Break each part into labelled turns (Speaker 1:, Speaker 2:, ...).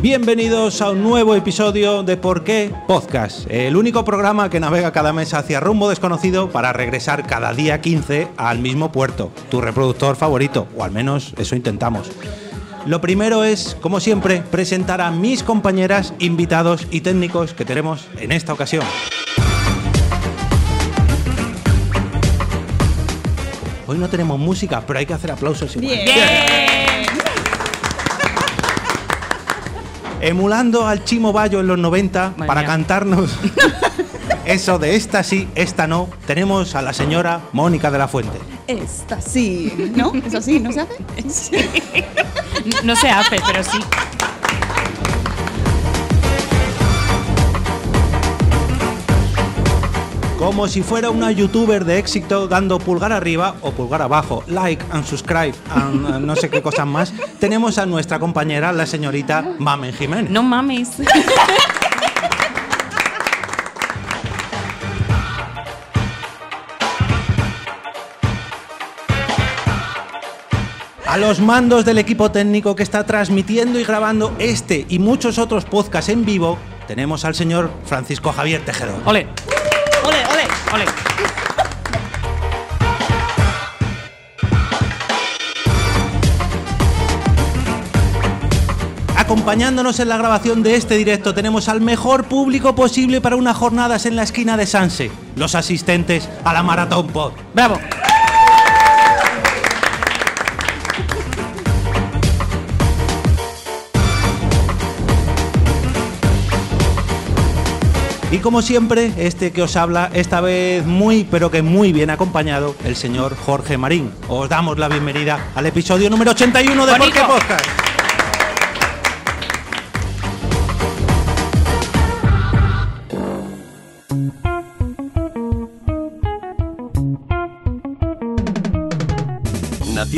Speaker 1: Bienvenidos a un nuevo episodio de Por qué Podcast, el único programa que navega cada mes hacia rumbo desconocido para regresar cada día 15 al mismo puerto, tu reproductor favorito, o al menos eso intentamos. Lo primero es, como siempre, presentar a mis compañeras, invitados y técnicos que tenemos en esta ocasión. Hoy no tenemos música, pero hay que hacer aplausos igual.
Speaker 2: Bien.
Speaker 1: Emulando al Chimo Bayo en los 90
Speaker 2: Madre
Speaker 1: para
Speaker 2: mía.
Speaker 1: cantarnos eso de esta sí, esta no, tenemos a la señora Mónica de la Fuente.
Speaker 2: Esta sí, ¿no? Eso sí, ¿no se hace?
Speaker 3: No se hace, pero sí.
Speaker 1: Como si fuera una youtuber de éxito dando pulgar arriba o pulgar abajo, like and subscribe and eh, no sé qué cosas más, tenemos a nuestra compañera, la señorita Mamen Jiménez.
Speaker 3: No mames.
Speaker 1: A los mandos del equipo técnico que está transmitiendo y grabando este y muchos otros podcasts en vivo, tenemos al señor Francisco Javier Tejedor.
Speaker 3: Ole. Ole, ole, ole.
Speaker 1: Acompañándonos en la grabación de este directo tenemos al mejor público posible para unas jornadas en la esquina de Sanse, los asistentes a la Maratón Pod.
Speaker 3: Bravo.
Speaker 1: Y como siempre, este que os habla, esta vez muy pero que muy bien acompañado, el señor Jorge Marín. Os damos la bienvenida al episodio número 81 de Por
Speaker 3: Bonito.
Speaker 1: qué Podcast.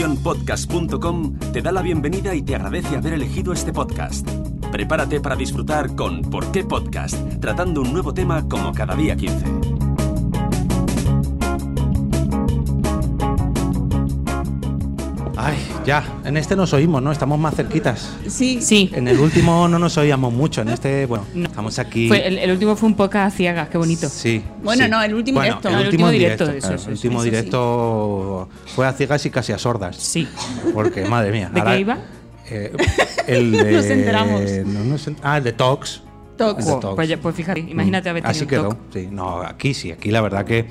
Speaker 4: Naciónpodcast.com te da la bienvenida y te agradece haber elegido este podcast. Prepárate para disfrutar con ¿Por qué podcast? Tratando un nuevo tema como cada día 15.
Speaker 1: Ay, ya, en este nos oímos, ¿no? Estamos más cerquitas.
Speaker 2: Sí.
Speaker 3: Sí.
Speaker 1: En el último no nos oíamos mucho, en este, bueno,
Speaker 3: No.
Speaker 1: estamos aquí.
Speaker 3: Fue- el, el último fue un poca a ciegas, qué bonito.
Speaker 1: Sí.
Speaker 2: Bueno,
Speaker 1: sí.
Speaker 2: no, el último
Speaker 1: Bueno,
Speaker 2: directo.
Speaker 1: El
Speaker 2: No, el
Speaker 1: último
Speaker 3: último
Speaker 1: directo.
Speaker 3: directo, eso,
Speaker 1: claro,
Speaker 3: eso,
Speaker 1: el
Speaker 3: eso,
Speaker 1: último
Speaker 2: eso sí.
Speaker 1: directo fue a ciegas y casi a sordas.
Speaker 3: Sí.
Speaker 1: Porque, madre mía.
Speaker 3: ¿De
Speaker 1: ahora-
Speaker 3: qué iba?
Speaker 1: eh, el de-
Speaker 2: Nos enteramos.
Speaker 1: no nos ent- ah, el de Talks.
Speaker 2: Tox.
Speaker 1: Es de
Speaker 3: Jo,
Speaker 1: tox.
Speaker 3: pues, ya- pues fíjate, imagínate haber tenido
Speaker 1: Mm. Así
Speaker 3: un
Speaker 1: quedó.
Speaker 3: toc.
Speaker 1: Sí, no, aquí sí, aquí la verdad que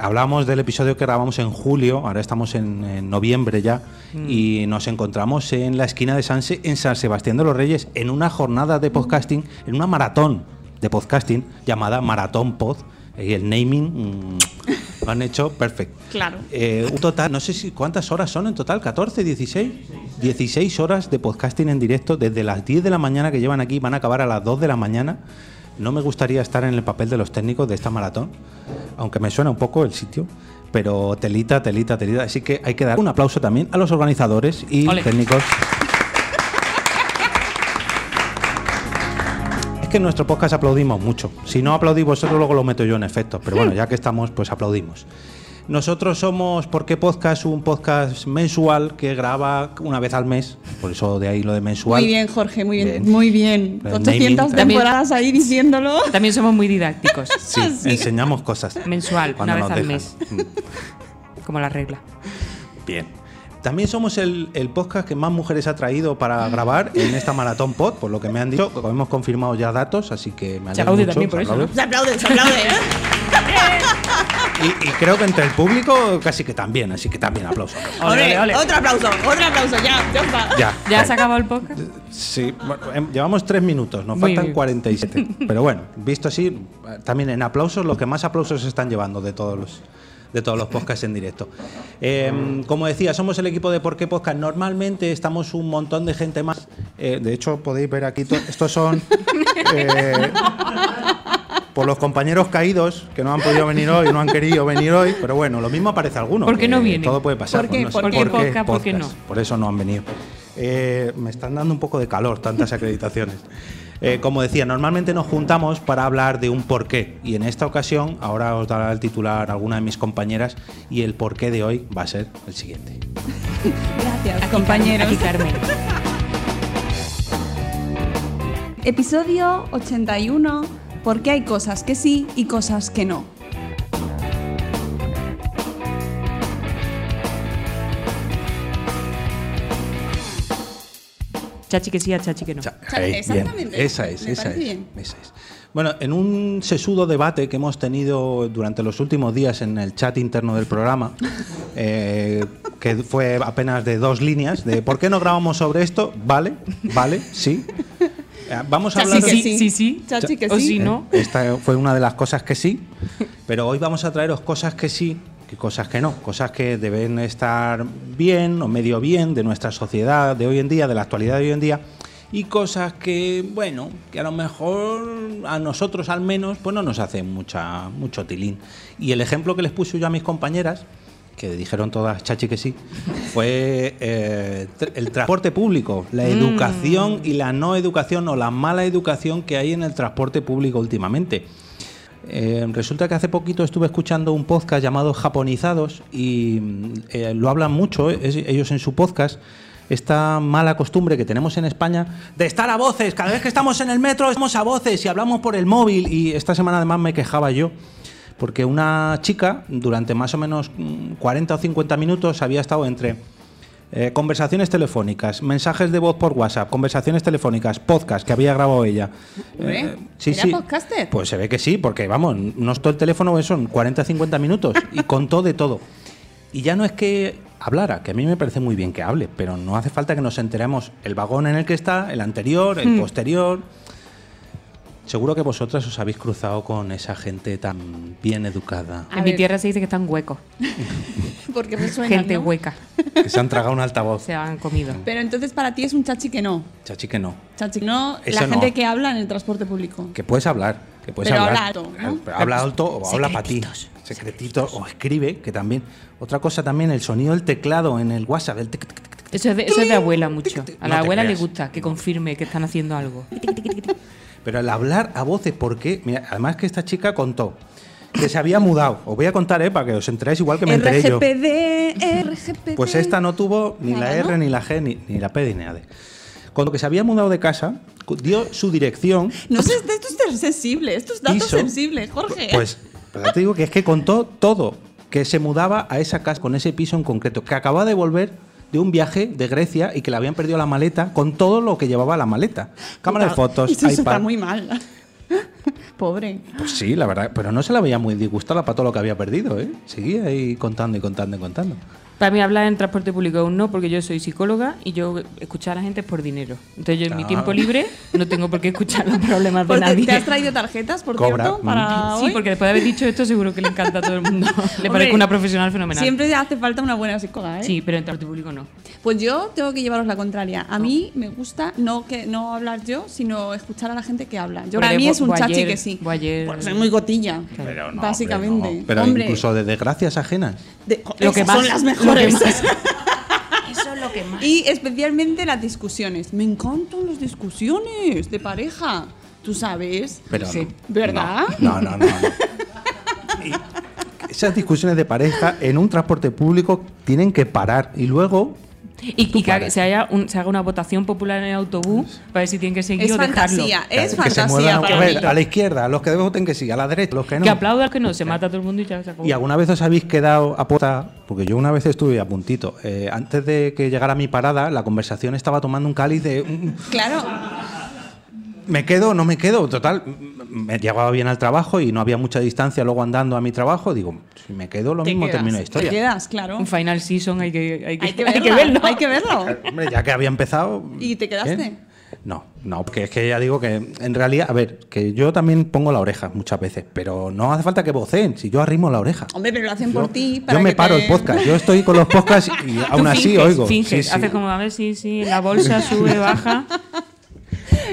Speaker 1: hablamos del episodio que grabamos en julio, ahora estamos en, en noviembre ya,
Speaker 3: Mm.
Speaker 1: y nos encontramos en la esquina de San, en San Sebastián de los Reyes en una jornada
Speaker 3: Mm.
Speaker 1: de podcasting, en una maratón de podcasting llamada Maratón Pod, y el naming mm, lo han hecho perfecto.
Speaker 3: Claro.
Speaker 1: eh, un total, no sé si cuántas horas son en total, 14, 16, 16 horas de podcasting en directo desde las 10 de la mañana que llevan aquí, van a acabar a las 2 de la mañana. No me gustaría estar en el papel de los técnicos de esta maratón, aunque me suena un poco el sitio, pero telita, telita, telita. Así que hay que dar un aplauso también a los organizadores y
Speaker 3: Ole.
Speaker 1: técnicos. Es que en nuestro podcast aplaudimos mucho. Si no aplaudís vosotros, luego lo meto yo en efecto. Pero bueno, ya que estamos, pues aplaudimos. Nosotros somos ¿Por qué Podcast? Un podcast mensual que graba una vez al mes. Por eso de ahí lo de mensual.
Speaker 2: Muy bien, Jorge, muy bien.
Speaker 1: Bien.
Speaker 2: Muy bien.
Speaker 1: El
Speaker 2: 800
Speaker 1: naming.
Speaker 2: temporadas ahí diciéndolo.
Speaker 3: También somos muy didácticos.
Speaker 1: Sí, enseñamos cosas.
Speaker 3: Mensual,
Speaker 1: cuando
Speaker 3: una vez
Speaker 1: nos
Speaker 3: al
Speaker 1: dejan. Mm.
Speaker 3: mes. Como la regla.
Speaker 1: Bien. También somos el, el podcast que más mujeres ha traído para grabar en esta maratón pod, por lo que me han dicho. Hemos confirmado ya datos, así que me
Speaker 3: Se
Speaker 1: alegro
Speaker 3: aplaude
Speaker 1: mucho.
Speaker 3: también por
Speaker 1: se
Speaker 3: eso,
Speaker 1: aplaude.
Speaker 2: Se aplaude, se aplaude.
Speaker 1: y, y creo que entre el público casi que también, así que también aplauso.
Speaker 3: Ole, ole, ole.
Speaker 2: Otro aplauso, otro aplauso, ya, ya está.
Speaker 1: Ya.
Speaker 3: ¿Ya se ha acabado el podcast?
Speaker 1: Sí, bueno, em, llevamos tres minutos, nos
Speaker 3: Muy
Speaker 1: faltan
Speaker 3: bien.
Speaker 1: 47. Pero bueno, visto así, eh, también en aplausos, los que más aplausos se están llevando de todos los de todos los podcasts en directo. Em, como decía, somos el equipo de Por qué Podcast. Normalmente estamos un montón de gente más. Eh, de hecho, podéis ver aquí, to- estos son eh, por los compañeros caídos que no han podido venir hoy, no han querido venir hoy, pero bueno, lo mismo aparece alguno.
Speaker 3: ¿Por qué
Speaker 1: que
Speaker 3: no vienen?
Speaker 1: Todo puede pasar.
Speaker 2: ¿Por qué?
Speaker 1: no sé.
Speaker 2: ¿Por qué
Speaker 3: podcast? ¿Por qué no?
Speaker 1: Por eso no han venido. Eh, me están dando un poco de calor tantas acreditaciones. Eh, como decía, normalmente nos juntamos para hablar de un porqué y en esta ocasión ahora os dará el titular alguna de mis compañeras y el porqué de hoy va a ser el siguiente.
Speaker 2: Gracias, compañeros.
Speaker 3: Aquí Carmen.
Speaker 2: Episodio 81, porque hay cosas que sí y cosas que no.
Speaker 3: Chachi que sí, a chachi que no.
Speaker 1: Cha-
Speaker 2: Cha-
Speaker 1: ahí, bien.
Speaker 2: exactamente.
Speaker 1: Esa es,
Speaker 2: Me
Speaker 1: esa
Speaker 2: parece
Speaker 1: es,
Speaker 2: bien.
Speaker 1: esa es. Bueno, en un sesudo debate que hemos tenido durante los últimos días en el chat interno del programa, eh, que fue apenas de dos líneas, de por qué no grabamos sobre esto, vale, vale, sí. Eh, Vamos a
Speaker 2: Chachi
Speaker 1: hablar
Speaker 2: que
Speaker 1: de-
Speaker 3: sí, sí, sí.
Speaker 2: Chachi que
Speaker 3: O
Speaker 2: sí.
Speaker 3: si no.
Speaker 1: Eh, Esta fue una de las cosas que sí, pero hoy vamos a traeros cosas que sí que cosas que no, cosas que deben estar bien o medio bien de nuestra sociedad de hoy en día, de la actualidad de hoy en día, y cosas que, bueno, que a lo mejor a nosotros al menos, pues no nos hacen mucha, mucho tilín. Y el ejemplo que les puse yo a mis compañeras, que dijeron todas chachi que sí, fue eh, tr- el transporte público, la educación y la no educación o la mala educación que hay en el transporte público últimamente. Eh, resulta que hace poquito estuve escuchando un podcast llamado Japonizados y mm, eh, lo hablan mucho eh, es- ellos en su podcast. Esta mala costumbre que tenemos en España de estar a voces. Cada vez que estamos en el metro estamos a voces y hablamos por el móvil. Y esta semana además me quejaba yo porque una chica durante más o menos mm, 40 o 50 minutos había estado entre eh, conversaciones telefónicas, mensajes de voz por WhatsApp, conversaciones telefónicas, podcast que había grabado ella. Eh,
Speaker 2: Hombre, ¿era podcaster?
Speaker 1: Pues se ve que sí, porque vamos, no todo el teléfono, son 40 50 minutos y contó de todo. Y ya no es que hablara, que a mí me parece muy bien que hable, pero no hace falta que nos enteremos el vagón en el que está, el anterior,
Speaker 2: Hmm.
Speaker 1: el posterior. Seguro que vosotras os habéis cruzado con esa gente tan bien educada,
Speaker 2: A
Speaker 3: en mi
Speaker 2: ver.
Speaker 3: tierra se dice que están huecos.
Speaker 2: Porque me suena.
Speaker 3: Gente
Speaker 2: ¿no?
Speaker 3: hueca.
Speaker 1: que se han tragado un altavoz.
Speaker 3: Se han comido.
Speaker 2: Pero entonces para ti es un chachi que no.
Speaker 1: Chachi, que no.
Speaker 2: Chachi que no,
Speaker 1: Eso
Speaker 2: la
Speaker 1: no.
Speaker 2: gente que habla en el transporte público.
Speaker 1: Que puedes hablar, que puedes
Speaker 2: Pero
Speaker 1: hablar.
Speaker 2: habla alto, ¿no?
Speaker 1: Pero habla alto o habla para ti.
Speaker 3: Secretitos.
Speaker 1: Secretitos. O escribe, que también. Otra cosa también, el sonido del teclado en el WhatsApp. El tic, tic, tic, tic.
Speaker 3: Eso es de, eso es de abuela mucho. A
Speaker 1: No
Speaker 3: la
Speaker 1: te
Speaker 3: abuela le
Speaker 1: creas.
Speaker 3: gusta que confirme que están haciendo algo.
Speaker 1: Pero el hablar a voces, porque, mira, además que esta chica contó que se había mudado. Os voy a contar, ¿eh? Para que os enteréis igual que me enteré yo.
Speaker 2: RGPD, RGPD.
Speaker 1: Pues esta no tuvo ni la
Speaker 2: Nada,
Speaker 1: R,
Speaker 2: ¿no?
Speaker 1: ni la G, ni, ni la P, ni la D. Cuando que se había mudado de casa, cu- dio su dirección.
Speaker 2: No sé, esto es sensible, esto es datos
Speaker 1: hizo-
Speaker 2: sensibles, Jorge.
Speaker 1: Pues, pero ya te digo que es que contó todo. Que se mudaba a esa casa con ese piso en concreto. Que acababa de volver de un viaje de Grecia y que le habían perdido la maleta con todo lo que llevaba la maleta. Cámara de fotos,
Speaker 2: Eso está
Speaker 1: iPad.
Speaker 2: muy mal. Pobre.
Speaker 1: Pues sí, la verdad. Pero no se la veía muy disgustada para todo lo que había perdido, ¿eh? Seguía ahí contando y contando y contando.
Speaker 3: Para mí hablar en transporte público aún no, porque yo soy psicóloga y yo escuchar a la gente es por dinero. Entonces yo en mi
Speaker 1: Ah.
Speaker 3: tiempo libre no tengo por qué escuchar los problemas de
Speaker 2: Porque
Speaker 3: nadie.
Speaker 2: Pues, ¿Te has traído tarjetas, por
Speaker 1: Cobra.
Speaker 2: cierto? Para
Speaker 3: Sí,
Speaker 2: hoy?
Speaker 3: porque después de haber dicho esto seguro que le encanta a todo el mundo. le
Speaker 2: Hombre,
Speaker 3: parezco una profesional fenomenal.
Speaker 2: Siempre hace falta una buena psicóloga, ¿eh?
Speaker 3: Sí, pero en transporte público no.
Speaker 2: Pues yo tengo que llevaros la contraria. A mí me gusta no que no hablar yo, sino escuchar a la gente que habla. Yo
Speaker 3: Porque
Speaker 2: para mí
Speaker 3: vo-
Speaker 2: es un
Speaker 3: voy
Speaker 2: chachi
Speaker 3: ayer-
Speaker 2: que sí.
Speaker 3: voy ayer-
Speaker 2: Por ser muy gotilla,
Speaker 1: Pero no,
Speaker 2: básicamente.
Speaker 1: hombre, no. Pero
Speaker 2: Hombre,
Speaker 1: incluso de desgracias ajenas.
Speaker 2: de-
Speaker 3: Lo que
Speaker 2: esas
Speaker 3: más-
Speaker 2: son las
Speaker 3: lo que
Speaker 2: mejores.
Speaker 3: más-
Speaker 5: Eso es lo que más.
Speaker 2: Y especialmente las discusiones. Me encantan las discusiones de pareja. Tú sabes.
Speaker 1: Pero
Speaker 3: Sí.
Speaker 1: no.
Speaker 2: ¿Verdad?
Speaker 1: No, no, no. no. Y Esas discusiones de pareja en un transporte público tienen que parar y luego
Speaker 3: Y, y que
Speaker 1: paras.
Speaker 3: se, haya un- se haga una votación popular en el autobús para ver si tienen que seguir
Speaker 2: Es
Speaker 3: o dejarlo.
Speaker 2: fantasía, es
Speaker 1: que se
Speaker 2: fantasía
Speaker 1: muevan a,
Speaker 2: para
Speaker 1: ver,
Speaker 2: mí.
Speaker 1: a la izquierda, los que voten que sí, a la derecha, los que no.
Speaker 3: Que aplauda al que no, se mata a todo el mundo y ya se acabó.
Speaker 1: y alguna vez os habéis quedado a puerta, porque yo una vez estuve a puntito. eh, antes de que llegara mi parada, la conversación estaba tomando un cáliz de mm,
Speaker 2: Claro.
Speaker 1: ¿Me quedo o no me quedo? Total, m- me llegaba bien al trabajo y no había mucha distancia luego andando a mi trabajo. Digo, si me quedo, lo
Speaker 3: Te
Speaker 1: mismo
Speaker 3: quedas,
Speaker 1: termino la
Speaker 2: Te
Speaker 1: historia.
Speaker 2: quedas, claro.
Speaker 3: Un final season hay que, hay que,
Speaker 2: Hay que
Speaker 3: hay
Speaker 2: verlo.
Speaker 3: que verlo.
Speaker 2: Hay que verlo.
Speaker 1: Eh, Hombre, ya que había empezado.
Speaker 2: ¿Y te quedaste?
Speaker 1: ¿eh? No, no, porque es que ya digo que en realidad, a ver, que yo también pongo la oreja muchas veces, pero no hace falta que voceen, si yo arrimo la oreja.
Speaker 2: Hombre, pero lo hacen por ti.
Speaker 1: yo
Speaker 2: para
Speaker 1: me
Speaker 2: que
Speaker 1: paro
Speaker 2: te-
Speaker 1: el podcast, yo estoy con los podcasts y
Speaker 3: Tú
Speaker 1: aún así
Speaker 3: finges,
Speaker 1: oigo.
Speaker 3: Finges,
Speaker 1: Sí, sí.
Speaker 3: haces como a ver si sí, la bolsa sube, baja.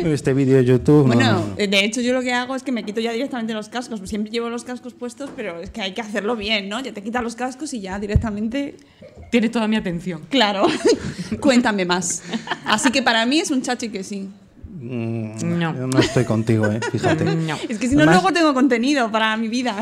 Speaker 1: Este vídeo de YouTube. no,
Speaker 2: Bueno,
Speaker 1: no, no.
Speaker 2: de hecho yo lo que hago es que me quito ya directamente los cascos. Siempre llevo los cascos puestos, pero es que hay que hacerlo bien, ¿no? Ya te quitas los cascos y ya directamente...
Speaker 3: Tienes toda mi atención.
Speaker 2: Claro, cuéntame más. Así que para mí es un chachi que sí.
Speaker 1: Mm,
Speaker 3: No.
Speaker 1: yo no estoy contigo, eh, fíjate.
Speaker 3: No.
Speaker 2: Es que si no,
Speaker 1: Además-
Speaker 2: luego tengo contenido para mi vida.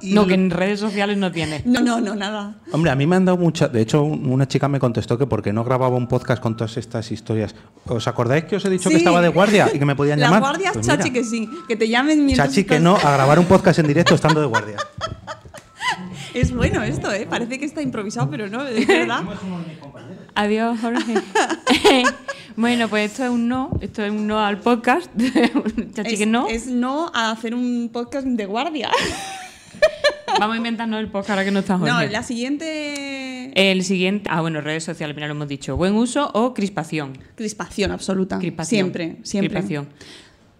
Speaker 1: Y
Speaker 3: No, que en redes sociales no tiene.
Speaker 2: No, no, no, nada.
Speaker 1: Hombre, a mí me han dado mucha. De hecho, un- una chica me contestó que porque no grababa un podcast con todas estas historias. ¿Os acordáis que os he dicho que
Speaker 2: Sí.
Speaker 1: estaba de guardia y que me podían
Speaker 2: Las
Speaker 1: llamar?
Speaker 2: guardias,
Speaker 1: Pues mira,
Speaker 2: chachi, que sí. Que te llamen mientras
Speaker 1: Chachi que
Speaker 2: estás-
Speaker 1: no, a grabar un podcast en directo estando de guardia.
Speaker 2: Es bueno esto, ¿eh? Parece que está improvisado, pero no, es verdad.
Speaker 3: Adiós, Jorge. bueno, pues esto es un no. Esto es un no al podcast. Chachi
Speaker 2: es,
Speaker 3: que no.
Speaker 2: Es no a hacer un podcast de guardia.
Speaker 3: Vamos a inventarnos el podcast ahora que no está Jorge.
Speaker 2: No, la siguiente.
Speaker 3: El siguiente. Ah, bueno, redes sociales, mira, lo hemos dicho. Buen uso o crispación.
Speaker 2: Crispación absoluta.
Speaker 3: Crispación.
Speaker 2: Ah, Siempre, siempre.
Speaker 3: Crispación.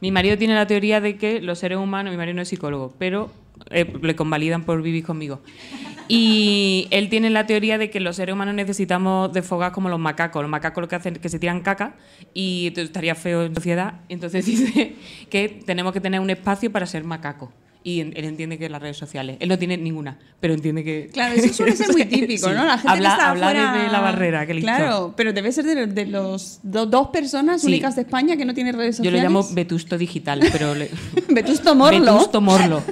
Speaker 3: Mi marido tiene la teoría de que los seres humanos, mi marido no es psicólogo, pero eh, le convalidan por vivir conmigo. Y él tiene la teoría de que los seres humanos necesitamos desfogar como los macacos. Los macacos lo que hacen es que se tiran caca y entonces estaría feo en sociedad. Entonces dice que tenemos que tener un espacio para ser macaco. Y en- él entiende que las redes sociales. Él no tiene ninguna, pero entiende que.
Speaker 2: Claro, eso suele ser muy típico,
Speaker 3: Sí.
Speaker 2: ¿no? La gente que
Speaker 3: Habla-
Speaker 2: está
Speaker 3: hablar
Speaker 2: fuera-
Speaker 3: desde la barrera, que listo.
Speaker 2: Claro, pero debe ser de, de los do- dos personas
Speaker 3: Sí.
Speaker 2: únicas de España que no tienen redes
Speaker 3: Yo
Speaker 2: sociales.
Speaker 3: lo llamo vetusto digital, pero. le-
Speaker 2: Vetusto Morlo.
Speaker 3: Vetusto Morlo.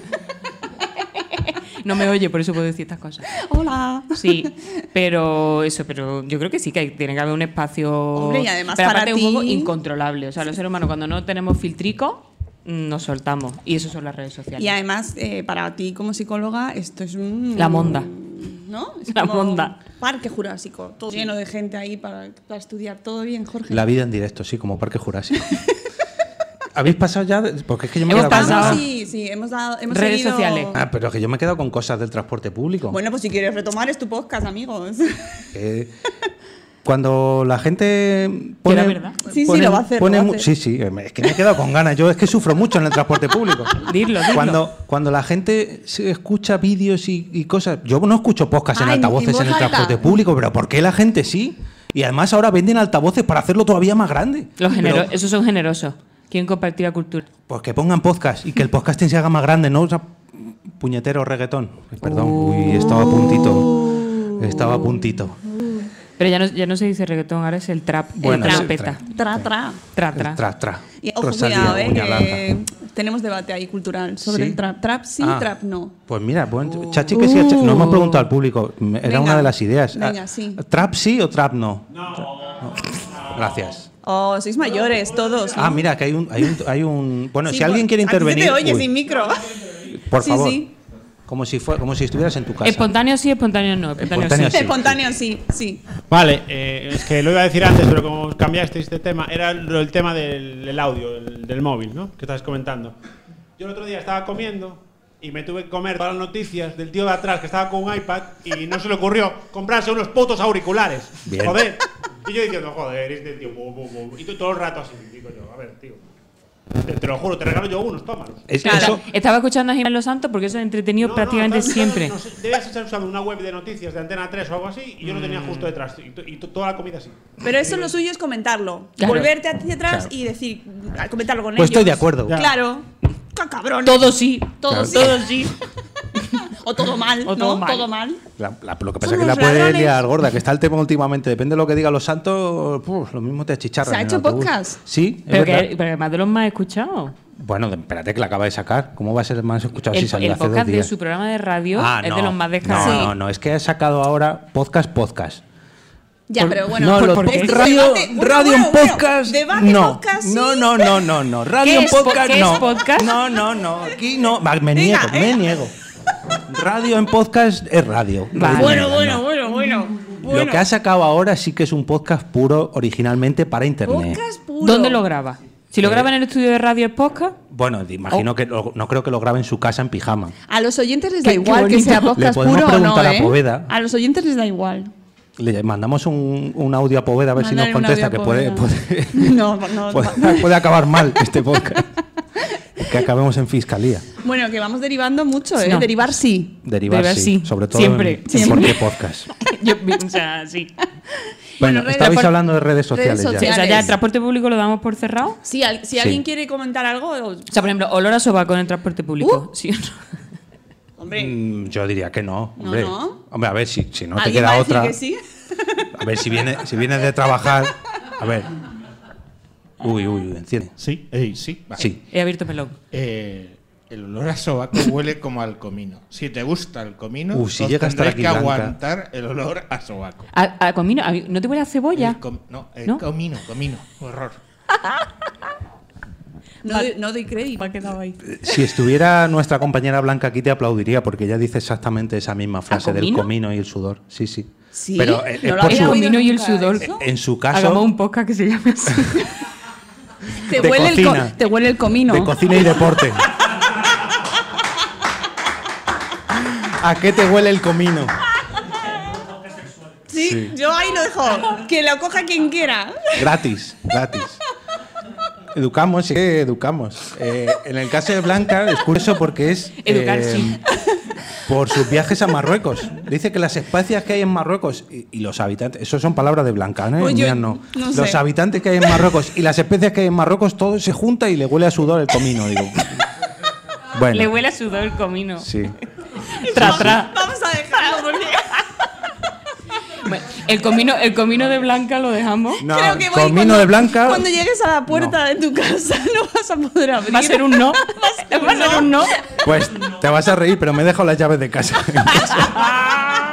Speaker 3: No me oye, por eso puedo decir estas cosas.
Speaker 2: Hola.
Speaker 3: Sí, pero eso, pero yo creo que sí que hay- tiene que haber un espacio.
Speaker 2: Hombre, y además
Speaker 3: pero
Speaker 2: para
Speaker 3: aparte es un juego
Speaker 2: ti-
Speaker 3: incontrolable. O sea, los seres humanos cuando no tenemos filtrico mm, nos soltamos y eso son las redes sociales.
Speaker 2: Y además, eh, para ti como psicóloga, esto es un.
Speaker 3: La monda.
Speaker 2: ¿No? Es
Speaker 3: La
Speaker 2: como
Speaker 3: monda.
Speaker 2: un Parque Jurásico, todo lleno de gente ahí para, para estudiar. Todo bien, Jorge.
Speaker 1: La vida en directo, sí, como Parque Jurásico. ¿Habéis pasado ya? de- Porque es que yo me he
Speaker 3: Hemos
Speaker 1: quedado con-
Speaker 3: pasado.
Speaker 2: Ah, Sí, sí, hemos dado. hemos
Speaker 3: Redes
Speaker 2: seguido-
Speaker 3: sociales.
Speaker 1: Ah, pero es que yo me he quedado con cosas del transporte público.
Speaker 2: Bueno, pues si quieres retomar, es tu podcast, amigos.
Speaker 1: Eh, cuando la gente pone,
Speaker 3: era verdad.
Speaker 2: Sí, sí,
Speaker 1: pone-
Speaker 2: lo va a hacer,
Speaker 1: pone
Speaker 2: lo va a
Speaker 1: mu-
Speaker 2: hacer.
Speaker 1: sí, sí, eh, me- es que me he quedado con ganas. Yo es que sufro mucho en el transporte público.
Speaker 3: Dirlo, dirlo.
Speaker 1: Cuando, cuando la gente se escucha vídeos y, y cosas, yo no escucho podcasts en
Speaker 2: Ah, en- en
Speaker 1: altavoces
Speaker 2: voz
Speaker 1: en, el
Speaker 2: alta.
Speaker 1: transporte público, pero ¿por qué la gente sí? Y además ahora venden altavoces para hacerlo todavía más grande.
Speaker 3: Los genero-
Speaker 1: Pero,
Speaker 3: Esos son generosos. Quieren compartir la cultura.
Speaker 1: pues que pongan podcast y que el podcasting se haga más grande, no usa puñetero reggaetón. Ay, Perdón,
Speaker 2: Uh.
Speaker 1: uy, estaba a puntito. Estaba a puntito.
Speaker 3: Pero ya no, ya no se dice reggaetón, ahora es el trap.
Speaker 1: Bueno,
Speaker 3: el
Speaker 1: es el
Speaker 3: trampeta.
Speaker 1: trap.
Speaker 2: tra, tra.
Speaker 3: Tra,
Speaker 1: El
Speaker 3: tra.
Speaker 1: Tra, tra.
Speaker 2: Y ojo,
Speaker 1: Rosalía,
Speaker 2: cuidado, eh,
Speaker 1: uña
Speaker 2: que
Speaker 1: larga.
Speaker 2: tenemos debate ahí cultural sobre
Speaker 1: ¿Sí?
Speaker 2: el trap. Trap sí,
Speaker 1: Ah,
Speaker 2: trap no. Uh.
Speaker 1: Pues mira, buen- chachi que sí, chachi- no hemos preguntado al público. me- Era
Speaker 2: Venga,
Speaker 1: una de las ideas.
Speaker 2: venga,
Speaker 1: Ah,
Speaker 2: sí.
Speaker 1: ¿Trap sí o trap no? No. Gracias.
Speaker 2: Oh, sois mayores todos. ¿no?
Speaker 1: Ah, mira, que hay un. Hay un, hay un- bueno,
Speaker 2: Sí,
Speaker 1: si alguien
Speaker 2: por-
Speaker 1: quiere
Speaker 2: a ti se
Speaker 1: intervenir.
Speaker 2: te oye
Speaker 1: uy, Ah,
Speaker 2: sin micro.
Speaker 1: por
Speaker 2: sí,
Speaker 1: favor.
Speaker 2: sí.
Speaker 1: Como, si fue, como si estuvieras en tu casa.
Speaker 3: Espontáneo sí, espontáneo no. Espontáneo,
Speaker 1: Espontáneo
Speaker 3: sí.
Speaker 1: sí.
Speaker 2: Espontáneo, sí, sí.
Speaker 6: Vale, eh, es que lo iba a decir antes, pero como cambiasteis de tema, era lo- el tema del, del audio, el- del móvil, ¿no? Que estás comentando. Yo el otro día estaba comiendo y me tuve que comer todas las noticias del tío de atrás que estaba con un iPad y no se le ocurrió comprarse unos putos auriculares.
Speaker 1: Bien.
Speaker 6: Joder. Y yo diciendo, joder, este tío, bu, bu, bu. y tú todo el rato así, digo yo, a ver, tío. Te, te lo juro, te regalo yo unos, tómalos.
Speaker 1: Es-
Speaker 3: Claro,
Speaker 1: eso-
Speaker 3: estaba escuchando a Jiménez Los Santos porque eso es entretenido
Speaker 6: No, no,
Speaker 3: prácticamente
Speaker 6: estás usando-
Speaker 3: siempre.
Speaker 6: no sé, debías estar usando una web de noticias de Antena 3 o algo así y yo lo tenía
Speaker 3: Mm.
Speaker 6: justo detrás y, to- y to- toda la comida así.
Speaker 2: Pero eso lo suyo es comentarlo.
Speaker 3: Claro.
Speaker 2: Volverte hacia atrás
Speaker 1: Claro.
Speaker 2: y decir, ah, comentarlo con
Speaker 1: Pues
Speaker 2: ellos.
Speaker 1: estoy de acuerdo. Ya.
Speaker 2: Claro. Ca- Cabrón.
Speaker 3: Todo sí, todo
Speaker 2: Claro.
Speaker 3: sí, todo sí.
Speaker 2: O todo mal,
Speaker 3: O
Speaker 2: ¿no?
Speaker 3: todo mal.
Speaker 2: Todo mal.
Speaker 1: la- la- lo que pasa es
Speaker 2: Son
Speaker 1: que la
Speaker 2: unos
Speaker 1: puede
Speaker 2: ladrones.
Speaker 1: liar gorda, que está el tema últimamente. Depende de lo que digan los santos, puf, lo mismo te achicharran.
Speaker 2: ¿Se ha
Speaker 1: en el
Speaker 2: hecho
Speaker 1: autobús.
Speaker 2: podcast?
Speaker 1: Sí, es
Speaker 3: Pero, que,
Speaker 1: verdad.
Speaker 3: pero además de los más escuchados.
Speaker 1: Bueno, de- espérate que la acaba de sacar. ¿Cómo va a ser el más escuchado si
Speaker 3: el,
Speaker 1: salió
Speaker 3: el
Speaker 1: hace dos
Speaker 3: podcast de
Speaker 1: días?
Speaker 3: su programa de radio
Speaker 1: Ah,
Speaker 3: es
Speaker 1: no.
Speaker 3: de los más descargados.
Speaker 1: No, no, no, es que he sacado ahora podcast, podcast.
Speaker 2: Ya, pero bueno, pues
Speaker 1: no,
Speaker 3: ¿por-
Speaker 1: lo-
Speaker 3: por qué?
Speaker 2: Esto es
Speaker 1: radio,
Speaker 2: debate. Bueno,
Speaker 1: radio
Speaker 2: bueno,
Speaker 1: en
Speaker 2: bueno.
Speaker 1: podcast.
Speaker 2: Debate
Speaker 1: no.
Speaker 2: podcast, sí.
Speaker 1: no, no, no, no, no. Radio
Speaker 3: ¿Qué
Speaker 1: en
Speaker 3: es po-
Speaker 1: podcast,
Speaker 3: qué es
Speaker 1: no.
Speaker 3: podcast?
Speaker 1: No, no, no. Aquí no. Va, Me
Speaker 2: Venga,
Speaker 1: niego, me
Speaker 2: venga.
Speaker 1: niego. Radio en podcast es radio.
Speaker 3: Vale.
Speaker 1: Radio
Speaker 2: Bueno,
Speaker 1: en
Speaker 2: bueno,
Speaker 1: podcast,
Speaker 2: bueno, bueno.
Speaker 1: no.
Speaker 2: bueno.
Speaker 1: Lo que ha sacado ahora sí que es un podcast puro originalmente para internet.
Speaker 2: Podcast puro.
Speaker 3: ¿Dónde lo graba? Si lo
Speaker 1: Eh.
Speaker 3: graba en el estudio de radio es podcast.
Speaker 1: Bueno,
Speaker 2: Oh.
Speaker 1: imagino que lo- no creo que lo grabe en su casa en pijama.
Speaker 2: A los oyentes les
Speaker 3: Qué-
Speaker 2: da
Speaker 3: qué
Speaker 2: igual que
Speaker 3: bonito.
Speaker 2: sea
Speaker 1: Le
Speaker 2: podcast
Speaker 1: podemos
Speaker 2: puro o no,
Speaker 1: preguntar a
Speaker 2: ¿eh?
Speaker 1: Poveda.
Speaker 2: A los oyentes les da igual.
Speaker 1: Le mandamos un, un audio a Poveda a ver
Speaker 2: Mándale
Speaker 1: si
Speaker 2: un
Speaker 1: nos contesta, que
Speaker 2: audio a
Speaker 1: puede,
Speaker 2: Poveda.
Speaker 1: puede-
Speaker 2: No, no.
Speaker 1: puede, puede acabar mal este podcast. que acabemos en fiscalía.
Speaker 2: Bueno, que vamos derivando mucho, ¿eh?
Speaker 3: No.
Speaker 2: Derivar sí.
Speaker 1: Derivar
Speaker 3: Derivar
Speaker 1: sí,
Speaker 3: sí,
Speaker 1: sobre todo
Speaker 3: siempre,
Speaker 1: en, en
Speaker 3: siempre.
Speaker 1: Porque podcast.
Speaker 3: Yo, o sea, sí.
Speaker 1: Bueno,
Speaker 2: redes-
Speaker 1: estabais
Speaker 2: por-
Speaker 1: hablando de redes sociales,
Speaker 2: redes
Speaker 1: ya.
Speaker 3: Sí, O sea, ya
Speaker 2: Sociales.
Speaker 3: el transporte público lo damos por cerrado.
Speaker 2: Si, al- si
Speaker 1: Sí.
Speaker 2: alguien quiere comentar algo, o-
Speaker 3: O sea, por ejemplo, olor a sobaco en el transporte público. Sí o no?
Speaker 2: hombre,
Speaker 1: Mm, Yo diría que no,
Speaker 2: No,
Speaker 1: hombre.
Speaker 2: no.
Speaker 1: Hombre, a ver si, si no te
Speaker 2: ¿alguien va
Speaker 1: queda
Speaker 2: a decir
Speaker 1: otra.
Speaker 2: que sí?
Speaker 1: A ver si vienes si vienes de trabajar. A ver. Uy, uy, uy, enciende.
Speaker 6: Sí, eh, sí.
Speaker 1: Sí.
Speaker 3: He abierto pelón.
Speaker 6: Eh,
Speaker 7: El olor a sobaco huele como al comino. Si te gusta el comino,
Speaker 1: Uh, si
Speaker 7: os
Speaker 1: llega a estar
Speaker 7: tendréis
Speaker 1: aquí
Speaker 7: que
Speaker 1: Blanca.
Speaker 7: aguantar el olor a sobaco.
Speaker 3: A, a comino, a mí- ¿no te huele a cebolla?
Speaker 7: El com- no, el
Speaker 3: ¿No?
Speaker 7: comino, comino. Horror.
Speaker 2: No, doy, no doy crédito. Ha quedado ahí.
Speaker 1: Si estuviera nuestra compañera Blanca aquí te aplaudiría porque ella dice exactamente esa misma frase del
Speaker 3: comino?
Speaker 1: comino y el sudor. Sí, sí.
Speaker 2: Sí,
Speaker 1: Pero eh, es
Speaker 2: no lo
Speaker 1: por
Speaker 3: El
Speaker 2: había
Speaker 1: su-
Speaker 2: oído.
Speaker 3: comino y el
Speaker 2: nunca
Speaker 3: sudor.
Speaker 2: eso.
Speaker 1: en su
Speaker 3: Hagamos
Speaker 1: caso
Speaker 3: un podcast que se llame así.
Speaker 2: Te,
Speaker 1: de
Speaker 2: huele el co-
Speaker 1: cocina.
Speaker 2: te huele el comino.
Speaker 1: de cocina y deporte. ¿A qué te huele el comino?
Speaker 2: Sí,
Speaker 1: Sí.
Speaker 2: yo ahí lo dejo. Que lo coja quien quiera.
Speaker 1: Gratis, gratis. Educamos, sí que educamos. Eh, en el caso de Blanca es curioso porque es eh,
Speaker 3: Educar, sí.
Speaker 1: por sus viajes a Marruecos. Dice que las especies que hay en Marruecos y, y los habitantes, eso son palabras de Blanca, ¿eh?
Speaker 2: Pues yo
Speaker 1: Mías no.
Speaker 2: no
Speaker 1: Los
Speaker 2: sé.
Speaker 1: habitantes que hay en Marruecos y las especies que hay en Marruecos, todo se junta y le huele a sudor el comino, digo. Bueno,
Speaker 3: Le huele a sudor el comino.
Speaker 1: sí.
Speaker 3: Tra, tra.
Speaker 2: Vamos a dejarlo porque
Speaker 3: Bueno, el, comino, el comino de Blanca lo dejamos.
Speaker 1: No,
Speaker 2: creo que voy
Speaker 1: comino
Speaker 2: cuando,
Speaker 1: de Blanca.
Speaker 2: Cuando llegues a la puerta de tu casa no vas a poder abrir.
Speaker 3: Va a ser un no. Va a ser un no.
Speaker 1: Pues te vas a reír, pero me he dejado las llaves de casa.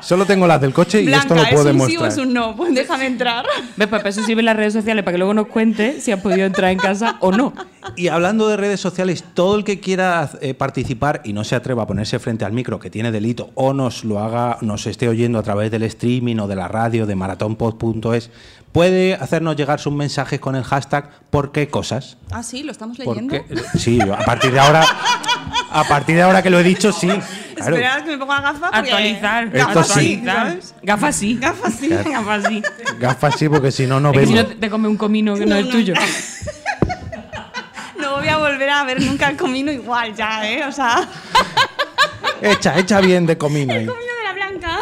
Speaker 1: Solo tengo las del coche y esto
Speaker 2: Blanca,
Speaker 1: lo puedo
Speaker 2: es un sí o
Speaker 1: demostrar.
Speaker 2: es un no. Pues déjame entrar.
Speaker 3: ¿Ves? Pues para eso sirven las redes sociales, para que luego nos cuente si has podido entrar en casa o no.
Speaker 1: Y hablando de redes sociales, todo el que quiera eh, participar y no se atreva a ponerse frente al micro que tiene delito o nos lo haga, nos esté oyendo a través del streaming o de la radio de maratonpod.es, puede hacernos llegar sus mensajes con el hashtag ¿Por qué cosas?
Speaker 2: Ah, sí, lo estamos
Speaker 1: ¿Por
Speaker 2: leyendo.
Speaker 1: qué? Sí, yo, a partir de ahora, a partir de ahora que lo he dicho, sí. claro.
Speaker 2: Esperad que me ponga gafas. porque-
Speaker 3: Actualizar.
Speaker 1: Esto sí.
Speaker 3: Actualizar. Gafas sí. Gafas sí. Gafas sí.
Speaker 1: Gafas sí, porque si no, no
Speaker 3: Es que
Speaker 1: vemos.
Speaker 3: si no te te come un comino que no,
Speaker 2: No,
Speaker 3: es
Speaker 2: no.
Speaker 3: tuyo.
Speaker 2: No voy a volver a ver nunca el comino igual ya, ¿eh? O sea,
Speaker 1: Echa, echa bien de comino. ahí.
Speaker 2: el comino de la blanca.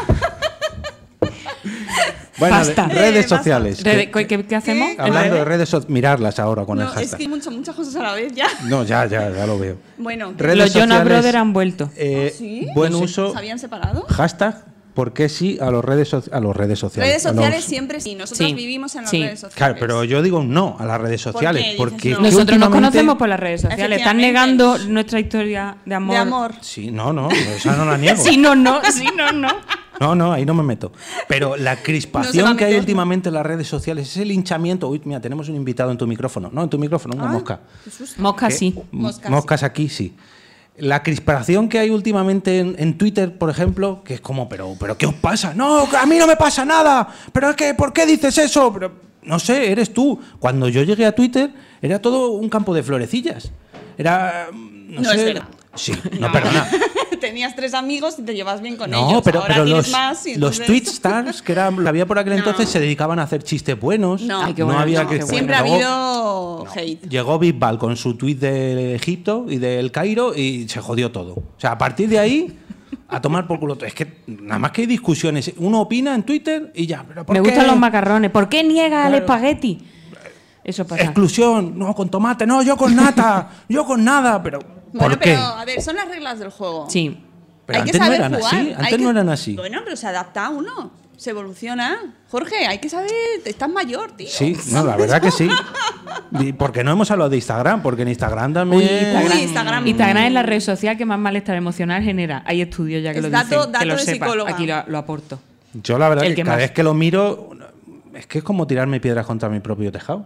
Speaker 1: Bueno, de-
Speaker 3: Basta.
Speaker 1: redes
Speaker 2: Eh, basta.
Speaker 1: sociales.
Speaker 3: Rede-
Speaker 1: Que-
Speaker 3: ¿Qué, qué- qué hacemos? Eh,
Speaker 1: hablando de redes sociales, mirarlas ahora con el
Speaker 2: No,
Speaker 1: hashtag.
Speaker 2: es que hay mucho- muchas cosas a la vez ya.
Speaker 1: No, ya, ya, ya lo veo.
Speaker 2: Bueno,
Speaker 1: Redes
Speaker 3: Los Jonas
Speaker 1: sociales,
Speaker 3: Brothers han vuelto.
Speaker 1: eh,
Speaker 2: ¿Ah, sí?
Speaker 1: Buen
Speaker 2: No sé.
Speaker 1: uso.
Speaker 2: ¿Se habían separado?
Speaker 1: Hashtag, ¿por qué sí a, los redes soci- a los redes sociales?
Speaker 2: Redes
Speaker 1: A los-
Speaker 2: sociales siempre sí. Nosotros
Speaker 3: Sí.
Speaker 2: vivimos en las
Speaker 3: Sí.
Speaker 2: redes sociales.
Speaker 1: Claro, pero yo digo un no a las redes sociales.
Speaker 2: qué dices
Speaker 1: porque
Speaker 2: no?
Speaker 1: que
Speaker 3: Nosotros nos
Speaker 1: últimamente-
Speaker 3: conocemos por las redes sociales. Están
Speaker 2: Efectivamente.
Speaker 3: negando nuestra historia de amor.
Speaker 2: De amor.
Speaker 1: Sí, no, no, esa no la niego.
Speaker 3: Sí, no, no. Sí, no, no.
Speaker 1: No, no, ahí no me meto. Pero la crispación
Speaker 2: No se va a
Speaker 1: que hay
Speaker 2: meter.
Speaker 1: últimamente en las redes sociales es el hinchamiento. Uy, mira, tenemos un invitado en tu micrófono. No, en tu micrófono,
Speaker 2: Ah.
Speaker 1: una mosca.
Speaker 3: Mosca sí.
Speaker 1: M-
Speaker 2: Moscas,
Speaker 1: moscas aquí, sí. La crispación que hay últimamente en, en Twitter, por ejemplo, que es como, pero, pero ¿qué os pasa? No, a mí no me pasa nada. Pero es que, ¿por qué dices eso? Pero, no sé, eres tú. Cuando yo llegué a Twitter, era todo un campo de florecillas. Era, no,
Speaker 2: No,
Speaker 1: sé.
Speaker 2: es verdad.
Speaker 1: Sí, no, perdona.
Speaker 2: Tenías tres amigos y te llevas bien con ellos.
Speaker 1: No, pero,
Speaker 2: Ahora
Speaker 1: pero
Speaker 2: tienes
Speaker 1: los,
Speaker 2: más y
Speaker 1: los
Speaker 2: entonces-
Speaker 1: tweet stars que eran, lo que había por aquel entonces se dedicaban a hacer chistes buenos.
Speaker 2: No. Ay, qué
Speaker 3: bueno,
Speaker 1: había
Speaker 3: no,
Speaker 1: que-
Speaker 3: qué bueno.
Speaker 2: Siempre ha
Speaker 1: Luego-
Speaker 2: habido hate.
Speaker 1: Llegó Bisbal con su tuit de Egipto y del Cairo y se jodió todo. O sea, a partir de ahí, a tomar por culo. todo. Es que nada más que hay discusiones. Uno opina en Twitter y ya. ¿pero por
Speaker 3: Me
Speaker 1: qué?
Speaker 3: gustan los macarrones. ¿Por qué niega el espagueti? Eso pasa.
Speaker 1: Exclusión, no, con tomate, no, yo con nata, yo con nada, pero.
Speaker 2: Bueno,
Speaker 1: ¿Por qué?
Speaker 2: pero a ver, son las reglas del juego.
Speaker 3: sí.
Speaker 1: Pero
Speaker 2: hay que
Speaker 1: antes no
Speaker 2: saber
Speaker 1: eran
Speaker 2: jugar.
Speaker 1: así,
Speaker 2: hay
Speaker 1: antes
Speaker 2: que-
Speaker 1: no eran así.
Speaker 2: Bueno, pero se adapta uno, se evoluciona. Jorge, hay que saber, estás mayor, tío.
Speaker 1: Sí, no, la verdad que sí. Y porque no hemos hablado de Instagram, porque en Instagram también.
Speaker 3: Uy, Instagram.
Speaker 2: Uy, Instagram.
Speaker 3: Instagram es la red social que más malestar emocional genera. Hay estudios ya que
Speaker 2: Es
Speaker 3: lo
Speaker 2: dato-
Speaker 3: dicen. que
Speaker 2: dato
Speaker 3: lo
Speaker 2: de
Speaker 3: sepas.
Speaker 2: psicóloga.
Speaker 3: Aquí lo, lo aporto.
Speaker 1: Yo la verdad
Speaker 3: El
Speaker 1: que,
Speaker 3: que
Speaker 1: cada
Speaker 3: más.
Speaker 1: vez que lo miro es que es como tirarme piedras contra mi propio tejado. O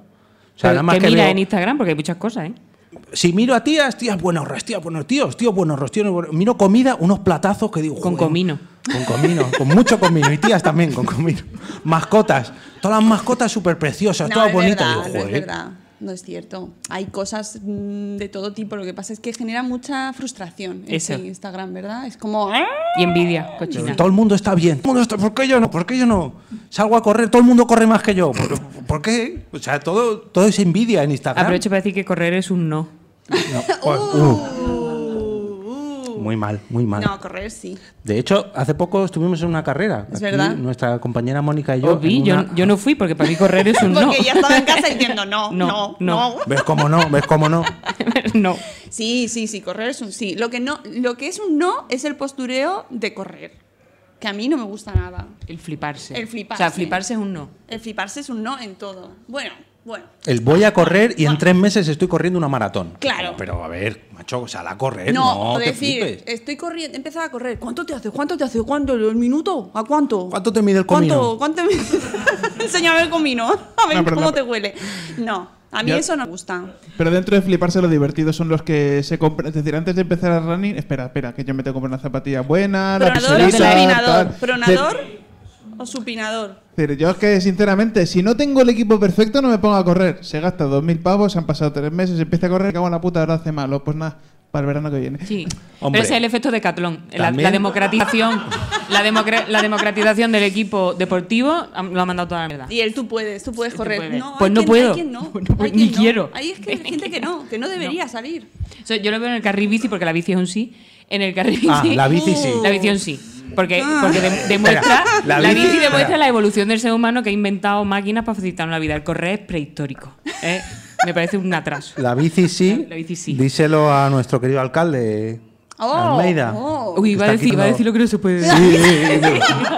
Speaker 1: sea,
Speaker 3: Pero
Speaker 1: nada más
Speaker 3: que,
Speaker 1: que,
Speaker 3: mira
Speaker 1: veo-
Speaker 3: en Instagram porque hay muchas cosas, ¿eh?
Speaker 1: si miro a tías, tías buenos tías buenos tíos, tíos buenos tíos buenos- Miro comida, unos platazos que digo.
Speaker 3: Con
Speaker 1: "Joder,
Speaker 3: comino".
Speaker 1: Con comino, con mucho comino. Y tías también con comino. Mascotas. Todas las mascotas súper preciosas,
Speaker 2: No,
Speaker 1: todas
Speaker 2: es
Speaker 1: bonitas.
Speaker 2: verdad,
Speaker 1: Digo,
Speaker 2: no es
Speaker 1: "Joder".
Speaker 2: verdad. No es cierto. Hay cosas mm, de todo tipo. Lo que pasa es que genera mucha frustración en
Speaker 3: Eso.
Speaker 2: sí Instagram, ¿verdad? Es como. ¡ah!
Speaker 3: Y envidia,
Speaker 1: Pero
Speaker 3: cochina.
Speaker 1: todo el mundo está bien. Todo el mundo está- ¿Por qué yo no? ¿Por qué yo no? Salgo a correr, todo el mundo corre más que yo. ¿Por, por qué? O sea, todo, todo es envidia en Instagram.
Speaker 3: Ah, Aprovecho para decir que correr es un no.
Speaker 1: No,
Speaker 2: "Ah,
Speaker 1: pues, uh. Muy mal, muy mal.
Speaker 2: No, correr sí.
Speaker 1: De hecho, hace poco estuvimos en una carrera.
Speaker 2: Es verdad.
Speaker 1: Nuestra compañera Mónica y yo.
Speaker 3: Yo, vi,
Speaker 1: en
Speaker 3: yo,
Speaker 1: una-
Speaker 3: yo no fui porque para mí correr es un no.
Speaker 2: Porque ya estaba en casa diciendo no,
Speaker 3: No,
Speaker 2: no, no.
Speaker 3: no.
Speaker 1: ¿Ves cómo no? ¿Ves cómo no?
Speaker 3: no.
Speaker 2: Sí, sí, sí, correr es un sí. Lo que, no, lo que es un no es el postureo de correr. Que a mí no me gusta nada.
Speaker 3: El fliparse.
Speaker 2: El fliparse.
Speaker 3: O sea, fliparse es un no.
Speaker 2: El fliparse es un no en todo. Bueno, bueno.
Speaker 1: El voy a correr y en tres meses estoy corriendo una maratón.
Speaker 2: Claro.
Speaker 1: Pero a ver, macho, o sea, la correr,
Speaker 2: no,
Speaker 1: Eh, no,
Speaker 2: o
Speaker 1: que
Speaker 2: decir,
Speaker 1: flipes.
Speaker 2: estoy corriendo, empezaba a correr. ¿Cuánto te hace? ¿Cuánto te hace? ¿Cuánto? ¿El minuto? ¿A cuánto?
Speaker 1: ¿Cuánto te mide el comino?
Speaker 2: ¿Cuánto? ¿Cuánto te mide? Enséñame el comino, a ver
Speaker 8: No, pero
Speaker 2: cómo
Speaker 8: no,
Speaker 2: te huele. No, a mí
Speaker 8: Ya-
Speaker 2: eso no me gusta.
Speaker 8: Pero dentro de fliparse, lo divertido son los que se compran. Es decir, antes de empezar a running, espera, espera, que yo me tengo que comprar una zapatilla
Speaker 1: Ah,
Speaker 8: buena, la
Speaker 2: ¿Pronador o
Speaker 8: pistolita,
Speaker 2: supinador?
Speaker 8: tal.
Speaker 2: ¿Pronador o supinador?
Speaker 8: Es decir, yo es que, sinceramente, si no tengo el equipo perfecto, no me pongo a correr. Se gasta 2.000 pavos, se han pasado 3 meses, empieza a correr, cago en la puta, ahora hace malo. Pues nada, para el verano que viene.
Speaker 3: Sí.
Speaker 1: Hombre.
Speaker 3: Pero ese es el efecto de Catlón. La,
Speaker 1: También.
Speaker 3: la democratización. la, democra- la democratización del equipo deportivo am- lo ha mandado toda la mierda.
Speaker 2: Y él, tú puedes, tú puedes
Speaker 3: Tú
Speaker 2: correr.
Speaker 3: puedes.
Speaker 2: No,
Speaker 3: Pues
Speaker 2: hay
Speaker 3: no
Speaker 2: quien-
Speaker 3: puedo.
Speaker 2: hay quien no,
Speaker 3: Pues no,
Speaker 2: hay
Speaker 3: pues
Speaker 2: quien
Speaker 3: ni
Speaker 2: no.
Speaker 3: quiero.
Speaker 2: Ahí es que hay gente que no, que no debería salir.
Speaker 3: O sea, yo lo veo en el carril bici porque la bici es un sí. En el carril bici.
Speaker 1: Ah, la bici sí.
Speaker 3: La bici es un sí. Porque, porque de- demuestra,
Speaker 1: la
Speaker 3: la,
Speaker 1: bici-
Speaker 3: bici, demuestra
Speaker 1: espera.
Speaker 3: la evolución del ser humano que ha inventado máquinas para facilitar la vida. El correr es prehistórico. ¿eh? Me parece un atraso.
Speaker 1: La bici sí.
Speaker 3: La bici sí.
Speaker 1: Díselo a nuestro querido alcalde
Speaker 2: Oh,
Speaker 1: Almeida.
Speaker 2: oh.
Speaker 3: Uy, iba
Speaker 1: Está
Speaker 3: a, decir, iba a
Speaker 1: quitando-
Speaker 3: decir lo que no se puede
Speaker 1: Sí,
Speaker 3: decir.
Speaker 1: sí, sí.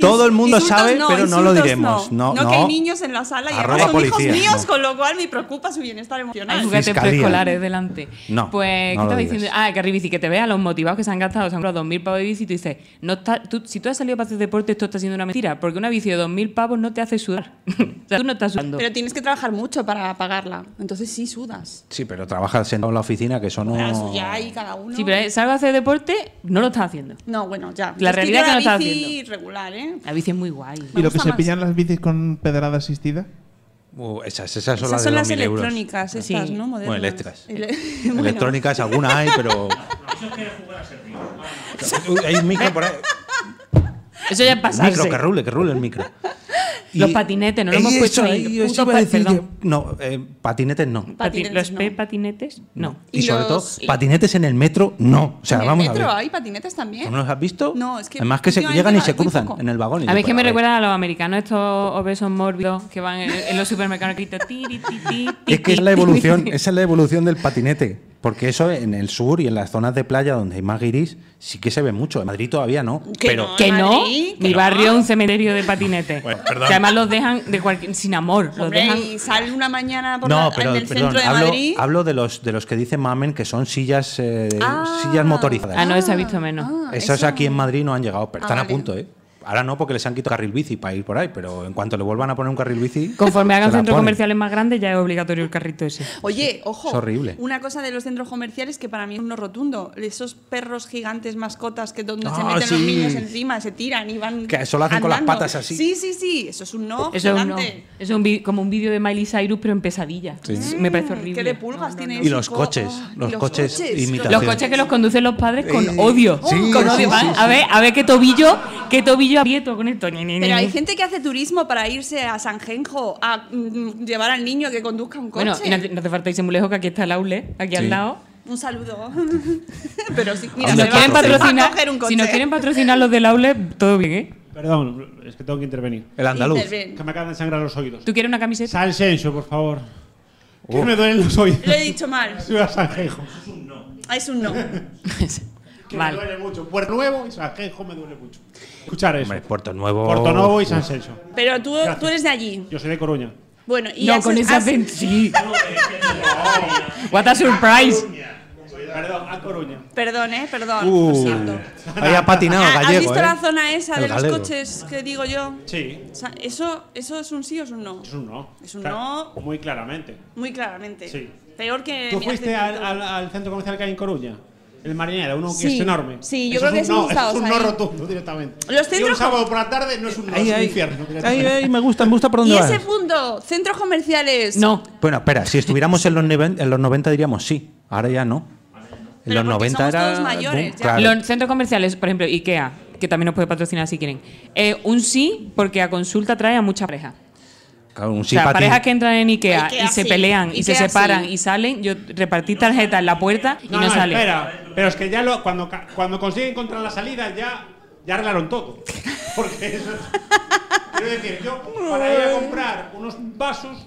Speaker 1: Todo el mundo
Speaker 2: Insultos
Speaker 1: sabe, pero no lo
Speaker 2: insultos
Speaker 1: diremos. No, no.
Speaker 2: que hay niños en la sala y además
Speaker 1: Arroba
Speaker 2: son
Speaker 1: policía,
Speaker 2: hijos míos,
Speaker 1: no.
Speaker 2: con lo cual me preocupa su bienestar
Speaker 3: Hay
Speaker 2: emocional.
Speaker 3: juguetes
Speaker 1: Fiscalía.
Speaker 3: preescolares delante.
Speaker 1: No, no
Speaker 3: Pues, ¿qué
Speaker 1: lo
Speaker 3: estaba
Speaker 1: digas.
Speaker 3: diciendo? Ah, el carril bici, que te vea los motivados que se han gastado, se han comprado 2.000 pavos de bici y tú dices, no está, tú, si tú has salido para hacer deporte, esto está siendo una mentira, porque una bici de 2.000 pavos no te hace sudar. o sea, tú no estás sudando.
Speaker 2: Pero tienes que trabajar mucho para pagarla. Entonces sí sudas.
Speaker 1: Sí, pero trabaja sentado en la oficina, que eso no.
Speaker 2: Pero eso ya hay cada uno.
Speaker 3: Si pero eh, salgo a hacer deporte, no lo estás haciendo.
Speaker 2: no, bueno, ya.
Speaker 3: La
Speaker 2: Es
Speaker 3: realidad
Speaker 2: yo
Speaker 3: es que no
Speaker 2: la
Speaker 3: estás
Speaker 2: bici regular, ¿eh?
Speaker 3: La bici es muy guay.
Speaker 8: ¿Y lo que
Speaker 2: gusta
Speaker 8: se
Speaker 2: más.
Speaker 8: pillan las bicis con pedrada asistida?
Speaker 1: Uh, esas, esas son
Speaker 2: Esas
Speaker 1: las
Speaker 2: son
Speaker 1: de
Speaker 2: las
Speaker 1: 2000 euros.
Speaker 2: electrónicas, estas,
Speaker 3: Sí.
Speaker 2: ¿no? Modernas.
Speaker 1: Bueno, eléctricas.
Speaker 2: Ele- bueno.
Speaker 1: Electrónicas, algunas hay, pero. Uy, Hay un micro por ahí.
Speaker 3: Eso ya es pasarse.
Speaker 1: Micro, que rule, que rule el micro.
Speaker 3: Los patinetes, no lo
Speaker 1: Eh,
Speaker 3: hemos
Speaker 1: eso,
Speaker 3: puesto ahí,
Speaker 1: eh, yo
Speaker 3: los
Speaker 1: sí
Speaker 3: putos
Speaker 1: iba a
Speaker 3: pa-
Speaker 1: decir
Speaker 3: perdón.
Speaker 1: que- No, eh, patinetes no.
Speaker 3: Pati-
Speaker 2: Patinetes,
Speaker 3: los P
Speaker 2: no.
Speaker 3: patinetes, no.
Speaker 1: Y,
Speaker 2: Y
Speaker 1: sobre
Speaker 2: los-
Speaker 1: todo, patinetes en el metro, no. O sea,
Speaker 2: ¿En el
Speaker 1: vamos
Speaker 2: metro
Speaker 1: a ver.
Speaker 2: hay patinetes también?
Speaker 1: ¿No los has visto?
Speaker 2: No, es que
Speaker 1: Además que se
Speaker 2: últimamente
Speaker 1: llegan y
Speaker 2: va-
Speaker 1: se
Speaker 2: muy
Speaker 1: cruzan
Speaker 2: poco.
Speaker 1: en el vagón. y
Speaker 3: A
Speaker 1: yo,
Speaker 3: ver, es que
Speaker 1: pero,
Speaker 3: me recuerda a los americanos, estos obesos mórbidos que van en, en los supermercados que gritan, "Tiri, ti, ti, ti,
Speaker 1: Es que es
Speaker 3: ti,
Speaker 1: la
Speaker 3: ti".
Speaker 1: evolución, esa es la evolución del patinete. Porque eso en el sur y en las zonas de playa donde hay más guiris sí que se ve mucho. En Madrid todavía no.
Speaker 2: Que
Speaker 1: pero
Speaker 2: no.
Speaker 3: Que no,
Speaker 2: Madrid, que
Speaker 3: mi
Speaker 2: no.
Speaker 3: barrio es un cementerio de patinetes. que además los dejan de cualquier, sin amor, los
Speaker 2: Hombre,
Speaker 3: dejan.
Speaker 2: y sale una mañana por
Speaker 1: No,
Speaker 2: la-
Speaker 1: pero
Speaker 2: en el
Speaker 1: perdón,
Speaker 2: centro de
Speaker 1: hablo,
Speaker 2: Madrid.
Speaker 1: hablo de los de los que dicen mamen que son sillas eh,
Speaker 2: Ah.
Speaker 1: sillas motorizadas.
Speaker 3: Ah, no, esa he visto menos.
Speaker 1: Esas
Speaker 2: esa-
Speaker 1: aquí en Madrid no han llegado, pero
Speaker 2: Ah,
Speaker 1: están a
Speaker 2: vale.
Speaker 1: punto, ¿eh? Ahora no, porque les han quitado carril bici para ir por ahí, pero en cuanto le vuelvan a poner un carril bici.
Speaker 3: Conforme hagan
Speaker 1: se la
Speaker 3: centros
Speaker 1: ponen.
Speaker 3: comerciales más grandes, ya es obligatorio el carrito ese.
Speaker 2: Oye, ojo.
Speaker 1: es horrible.
Speaker 2: Una cosa de los centros comerciales que para mí es un no rotundo. Esos perros gigantes mascotas que donde se
Speaker 1: Ah,
Speaker 2: meten los
Speaker 1: sí.
Speaker 2: niños encima, se tiran y van.
Speaker 1: Que eso lo hacen con las
Speaker 2: andando.
Speaker 1: patas así.
Speaker 2: Sí, sí, sí. Eso es un no.
Speaker 3: Eso es, un no.
Speaker 2: Oh, gigante.
Speaker 3: Eso es un vi- como un vídeo de Miley Cyrus, pero en pesadilla.
Speaker 1: Sí.
Speaker 3: Me parece
Speaker 2: Mm,
Speaker 3: horrible.
Speaker 2: ¿Qué de pulgas tiene
Speaker 1: Y
Speaker 2: ese
Speaker 1: los
Speaker 2: co-
Speaker 1: coches,
Speaker 2: oh, y
Speaker 1: los coches imitación.
Speaker 3: Los coches que los conducen los padres
Speaker 2: Eh,
Speaker 3: con odio.
Speaker 1: sí,
Speaker 3: con
Speaker 1: sí,
Speaker 3: odio.
Speaker 1: sí,
Speaker 3: Van, a ver, a ver qué tobillo, qué tobillo aprieto con esto. Ni, ni, ni,
Speaker 2: Pero hay
Speaker 3: ni.
Speaker 2: gente que hace turismo para irse a Sanjenjo a mm, llevar al niño que conduzca un coche.
Speaker 3: Bueno, y no, hace- no hace falta irse muy lejos, que aquí está el aule, aquí
Speaker 1: Sí.
Speaker 3: al lado.
Speaker 2: Un saludo. Pero sí,
Speaker 1: Hombre, aquí
Speaker 2: mira, se
Speaker 3: Si nos
Speaker 2: va
Speaker 3: quieren
Speaker 1: otro.
Speaker 2: a
Speaker 3: patrocinar,
Speaker 2: coger un coche.
Speaker 3: si nos quieren patrocinar los del aule, todo bien, ¿eh?
Speaker 6: Perdón, es que tengo que intervenir.
Speaker 1: El andaluz.
Speaker 2: Interven.
Speaker 6: Que me acaban de sangrar los oídos.
Speaker 3: ¿Tú quieres una camiseta?
Speaker 6: San Senso, por favor. Que me duelen los oídos.
Speaker 2: Lo he dicho mal. Ah,
Speaker 6: Soy a Sanjenjo.
Speaker 2: Es un no.
Speaker 6: Que me
Speaker 3: vale.
Speaker 6: duele mucho. Puerto Nuevo y Sanjenjo me duele mucho. Escuchar eso.
Speaker 1: Hombre, Puerto Nuevo.
Speaker 6: Puerto Nuevo y San Senso.
Speaker 2: Pero tú,
Speaker 6: Gracias.
Speaker 2: tú eres de allí.
Speaker 6: Yo soy de Coruña.
Speaker 2: Bueno, y
Speaker 3: No,
Speaker 2: haces-
Speaker 3: con ese
Speaker 2: haces-
Speaker 3: acento, sí. What a surprise.
Speaker 6: Perdón, a Coruña.
Speaker 2: Perdón, eh, perdón.
Speaker 1: Uh,
Speaker 2: lo siento.
Speaker 1: ahí ha patinado
Speaker 2: Ah, ¿Has
Speaker 1: gallego,
Speaker 2: visto
Speaker 1: ¿eh?
Speaker 2: la zona esa de
Speaker 1: El
Speaker 2: los
Speaker 1: galego.
Speaker 2: coches que digo yo?
Speaker 6: Sí.
Speaker 2: O sea, ¿eso, ¿Eso es un sí o es un no?
Speaker 6: Es un no.
Speaker 2: Es un
Speaker 6: Claro,
Speaker 2: no. Eh,
Speaker 6: Muy claramente.
Speaker 2: Muy claramente.
Speaker 6: Sí.
Speaker 2: Peor que.
Speaker 6: ¿Tú
Speaker 2: mi
Speaker 6: fuiste al,
Speaker 2: acento.
Speaker 6: al- al centro comercial que hay en Coruña? El Marinera, uno que
Speaker 2: Sí.
Speaker 6: es enorme.
Speaker 2: Sí, yo
Speaker 6: Eso
Speaker 2: creo que
Speaker 6: es
Speaker 2: sí
Speaker 6: un no,
Speaker 2: hemos
Speaker 6: eso
Speaker 2: estado
Speaker 6: Es un no
Speaker 2: ahí.
Speaker 6: rotundo directamente.
Speaker 2: Los
Speaker 6: Y un
Speaker 2: centros-
Speaker 6: sábado por la tarde no es un no,
Speaker 1: Ahí,
Speaker 6: es un
Speaker 1: ahí.
Speaker 6: infierno.
Speaker 1: Ahí,
Speaker 6: directamente.
Speaker 1: ahí, me gusta, me gusta por
Speaker 2: Y
Speaker 1: dónde vas.
Speaker 2: ese punto, centros comerciales.
Speaker 3: No.
Speaker 1: Bueno, espera, si estuviéramos en los, neven- en los 90 diríamos sí, ahora ya no. En
Speaker 2: Pero
Speaker 1: los
Speaker 2: porque
Speaker 1: 90
Speaker 2: somos
Speaker 1: era.
Speaker 2: todos mayores,
Speaker 1: boom,
Speaker 2: ya.
Speaker 1: claro.
Speaker 3: Los centros comerciales, por ejemplo, IKEA, que también nos puede patrocinar si quieren. Eh, un sí, porque a consulta trae a muchas parejas.
Speaker 1: Claro, un
Speaker 3: O sea,
Speaker 1: simpatín.
Speaker 3: parejas que entran en Ikea,
Speaker 2: Ikea
Speaker 3: y se
Speaker 2: sí.
Speaker 3: pelean y se
Speaker 2: Ikea
Speaker 3: separan
Speaker 2: sí.
Speaker 3: y salen, yo repartí tarjetas en la puerta y
Speaker 6: No,
Speaker 3: no,
Speaker 6: no,
Speaker 3: salen.
Speaker 6: espera. Pero es que ya lo, cuando, ca- cuando consiguen encontrar la salida ya, ya arreglaron todo. Porque eso es... Quiero decir, yo para ir a comprar unos vasos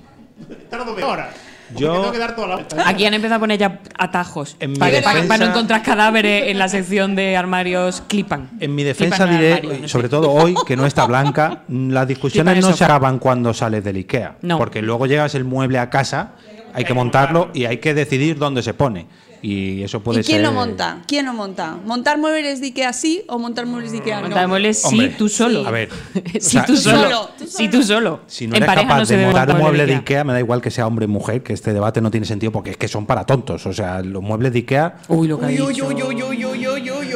Speaker 6: tardo media hora. Porque
Speaker 1: Yo-
Speaker 6: tengo que dar toda la vuelta.
Speaker 3: Aquí han empezado a poner ya atajos
Speaker 1: En mi
Speaker 3: para, para-
Speaker 1: defensa-
Speaker 3: para no encontrar cadáveres en la sección de armarios clipan.
Speaker 1: En mi defensa
Speaker 3: Clipan al
Speaker 1: diré,
Speaker 3: armario, no sé.
Speaker 1: sobre todo hoy, que no está blanca, mm, las discusiones
Speaker 3: Flipan
Speaker 1: no
Speaker 3: eso.
Speaker 1: se acaban cuando sales del IKEA.
Speaker 3: No.
Speaker 1: Porque luego llegas el mueble a casa, hay que montarlo y hay que decidir dónde se pone. Y eso puede
Speaker 2: ¿Y quién
Speaker 1: ser-
Speaker 2: lo monta? ¿Quién lo monta? ¿Montar muebles de Ikea sí o montar muebles de Ikea no?
Speaker 3: Montar muebles sí,
Speaker 1: Hombre,
Speaker 3: tú solo.
Speaker 1: a ver,
Speaker 3: sí,
Speaker 1: o sea,
Speaker 3: tú
Speaker 1: tú
Speaker 3: solo.
Speaker 2: solo, tú
Speaker 3: Sí,
Speaker 2: solo.
Speaker 3: tú solo.
Speaker 1: Si no
Speaker 3: en
Speaker 1: eres
Speaker 3: pareja
Speaker 1: capaz
Speaker 3: no se
Speaker 1: de
Speaker 3: debe
Speaker 1: montar
Speaker 3: montar
Speaker 1: muebles de Ikea, me da igual que sea hombre o mujer, que este debate no tiene sentido porque es que son para tontos. O sea, los muebles de Ikea,
Speaker 3: Uy, lo que ha
Speaker 2: Uy,
Speaker 3: dicho.
Speaker 2: uy, uy, uy, uy, uy, uy, uy, uy.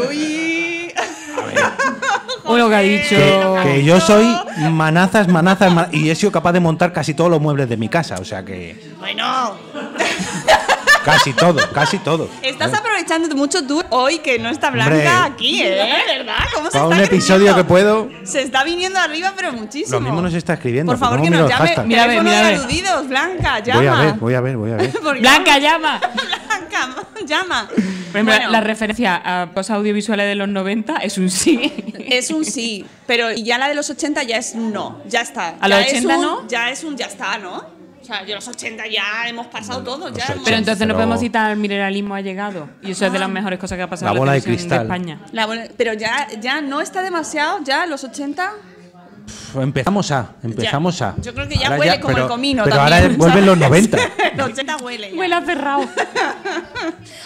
Speaker 3: Uy, lo que ha
Speaker 1: que,
Speaker 3: dicho.
Speaker 1: que yo soy manazas, manazas, ma- y he sido capaz de montar casi todos los muebles de mi casa. O sea que
Speaker 2: Bueno,
Speaker 1: casi todo, casi todo.
Speaker 2: estás aprovechando mucho tú hoy que no está Blanca
Speaker 1: Hombre.
Speaker 2: aquí, ¿eh? ¿Verdad? ¿Cómo se
Speaker 1: Para
Speaker 2: está
Speaker 1: un episodio
Speaker 2: creciendo?
Speaker 1: que puedo,
Speaker 2: Se está viniendo arriba, pero muchísimo.
Speaker 1: Lo mismo nos está escribiendo,
Speaker 2: Por favor,
Speaker 1: pero
Speaker 2: que
Speaker 1: no
Speaker 2: nos
Speaker 1: miro los
Speaker 2: llame.
Speaker 1: hashtags.
Speaker 3: Mira, a ver,
Speaker 2: Teléfono
Speaker 3: mira, a ver.
Speaker 2: de aludidos, Blanca, llama.
Speaker 1: voy a ver, voy a ver, voy a ver.
Speaker 2: Porque-
Speaker 3: Blanca, llama.
Speaker 2: Blanca, llama.
Speaker 3: Por ejemplo,
Speaker 2: Bueno.
Speaker 3: Pues la referencia a cosas audiovisuales de los 90 es un sí.
Speaker 2: Es un sí, pero ya la de los 80 ya es no, ya está.
Speaker 3: ¿A
Speaker 2: Ya
Speaker 3: los
Speaker 2: es
Speaker 3: 80
Speaker 2: un-
Speaker 3: no?
Speaker 2: Ya es un ya está, ¿no? O sea, yo los 80 ya hemos pasado todo, ya
Speaker 1: los
Speaker 2: hemos...
Speaker 1: 80.
Speaker 3: Pero entonces no
Speaker 1: Pero-
Speaker 3: podemos citar el mineralismo ha llegado. Y eso
Speaker 2: Ah.
Speaker 3: es de las mejores cosas que ha pasado
Speaker 1: La
Speaker 3: en
Speaker 1: bola de
Speaker 3: televisión
Speaker 1: cristal.
Speaker 3: España.
Speaker 2: La bola- pero ya, ya no está demasiado, ya los 80.
Speaker 1: Pf, Pues Empezamos a, empezamos
Speaker 2: Ya.
Speaker 1: a.
Speaker 2: Yo creo que ya
Speaker 1: Ahora
Speaker 2: huele como el comino
Speaker 1: Pero
Speaker 2: también,
Speaker 1: ahora vuelven los 90.
Speaker 2: los 80 huele. ya.
Speaker 3: Huele a cerrado.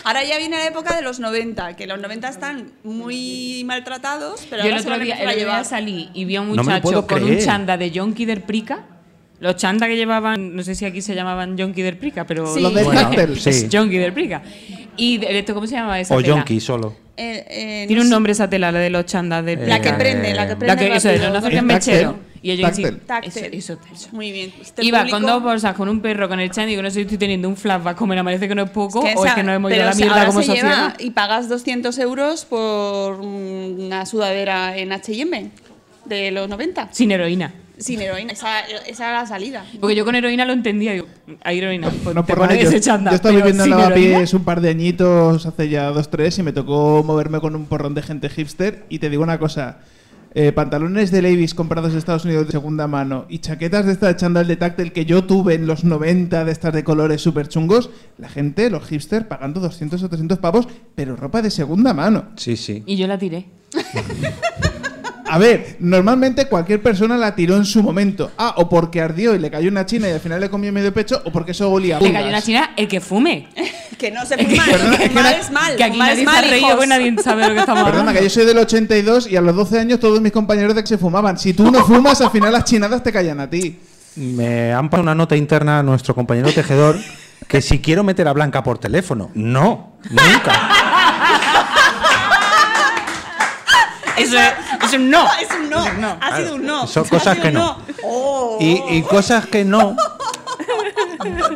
Speaker 2: Ahora ya viene la época de los 90, que los 90 están muy maltratados, pero
Speaker 3: Yo el
Speaker 2: ahora se
Speaker 3: otro
Speaker 2: van a
Speaker 3: día, el
Speaker 2: empezar a
Speaker 3: otro día
Speaker 2: llevar.
Speaker 3: salí y vi a un
Speaker 1: No me lo
Speaker 3: muchacho
Speaker 1: puedo
Speaker 3: con un
Speaker 1: creer.
Speaker 3: chanda de Yonki del Prica. Los chandas que llevaban, no sé si aquí se llamaban Yonki del Prica, pero.
Speaker 2: Sí. Los
Speaker 8: del
Speaker 3: Bueno,
Speaker 8: cártel.
Speaker 1: Sí.
Speaker 3: Yonki del Prica. Y de, de esto, ¿cómo se llama esa
Speaker 1: O
Speaker 3: tela?
Speaker 1: Yonki solo.
Speaker 2: Eh, eh,
Speaker 3: Tiene
Speaker 2: no
Speaker 3: un
Speaker 2: sé.
Speaker 3: nombre esa tela, la de los chandas del
Speaker 2: La que
Speaker 1: Eh,
Speaker 3: Prica.
Speaker 2: prende, la que
Speaker 1: La
Speaker 2: prende.
Speaker 3: La que, eso,
Speaker 2: rápido.
Speaker 3: no acerquen
Speaker 8: Es táctil.
Speaker 3: mechero. Y ellos
Speaker 8: Táctil.
Speaker 3: insisten-
Speaker 2: Táctil.
Speaker 3: Eso, eso, eso.
Speaker 2: Muy bien. Este
Speaker 3: Iba
Speaker 2: público-
Speaker 3: con dos bolsas, con un perro, con el chan, y digo, no sé si estoy teniendo un flashback, como me parece que no es poco,
Speaker 2: Que
Speaker 3: o es
Speaker 2: esa-
Speaker 3: que no hemos ido
Speaker 2: pero
Speaker 3: a la
Speaker 2: se-
Speaker 3: mierda
Speaker 2: ahora
Speaker 3: como
Speaker 2: se
Speaker 3: sociedad.
Speaker 2: lleva y pagas 200 euros por una sudadera en H&M de los 90
Speaker 3: Sin heroína.
Speaker 2: sin heroína. Esa, esa era la salida.
Speaker 3: Porque yo con heroína lo entendía, digo, hay heroína, pues
Speaker 8: No
Speaker 3: te
Speaker 8: por
Speaker 3: pones
Speaker 8: nada, yo,
Speaker 3: ese chándal,
Speaker 8: yo estaba
Speaker 3: pero
Speaker 8: viviendo en
Speaker 3: sin heroína.
Speaker 8: Lavapiés un par de añitos, hace ya dos, tres, y me tocó moverme con un porrón de gente hipster. Y te digo una cosa, eh, pantalones de Levi's comprados en Estados Unidos de segunda mano y chaquetas de esta de chándal de táctil que yo tuve en los 90 de estas de colores súper chungos, la gente, los hipsters, pagando 200 o 300 pavos, pero ropa de segunda mano.
Speaker 1: Sí, sí.
Speaker 3: Y yo la tiré.
Speaker 8: A ver, normalmente cualquier persona la tiró en su momento. Ah, o porque ardió y le cayó una china y al final le comió medio pecho, o porque eso olía a
Speaker 3: Le cayó
Speaker 8: pulgas.
Speaker 3: una china, el que fume.
Speaker 2: Que no se fuma, que fumar es mal.
Speaker 3: Que aquí
Speaker 2: fumar
Speaker 3: nadie
Speaker 2: es
Speaker 3: se ha
Speaker 2: mal,
Speaker 3: reído,
Speaker 2: hijos.
Speaker 3: pues nadie sabe de lo que estamos
Speaker 8: Perdona,
Speaker 3: hablando.
Speaker 8: que yo soy del 82 y a los 12 años todos mis compañeros de que se fumaban. Si tú no fumas, al final las chinadas te callan a ti.
Speaker 1: Me han pasado una nota interna a nuestro compañero tejedor que si quiero meter a Blanca por teléfono. No, nunca.
Speaker 3: Eso es, eso es un no.
Speaker 2: Es un no. Ha sido un no.
Speaker 1: Son
Speaker 2: Ha
Speaker 1: cosas
Speaker 2: sido
Speaker 1: que
Speaker 2: un
Speaker 1: no.
Speaker 2: Oh.
Speaker 1: Y, y cosas que no.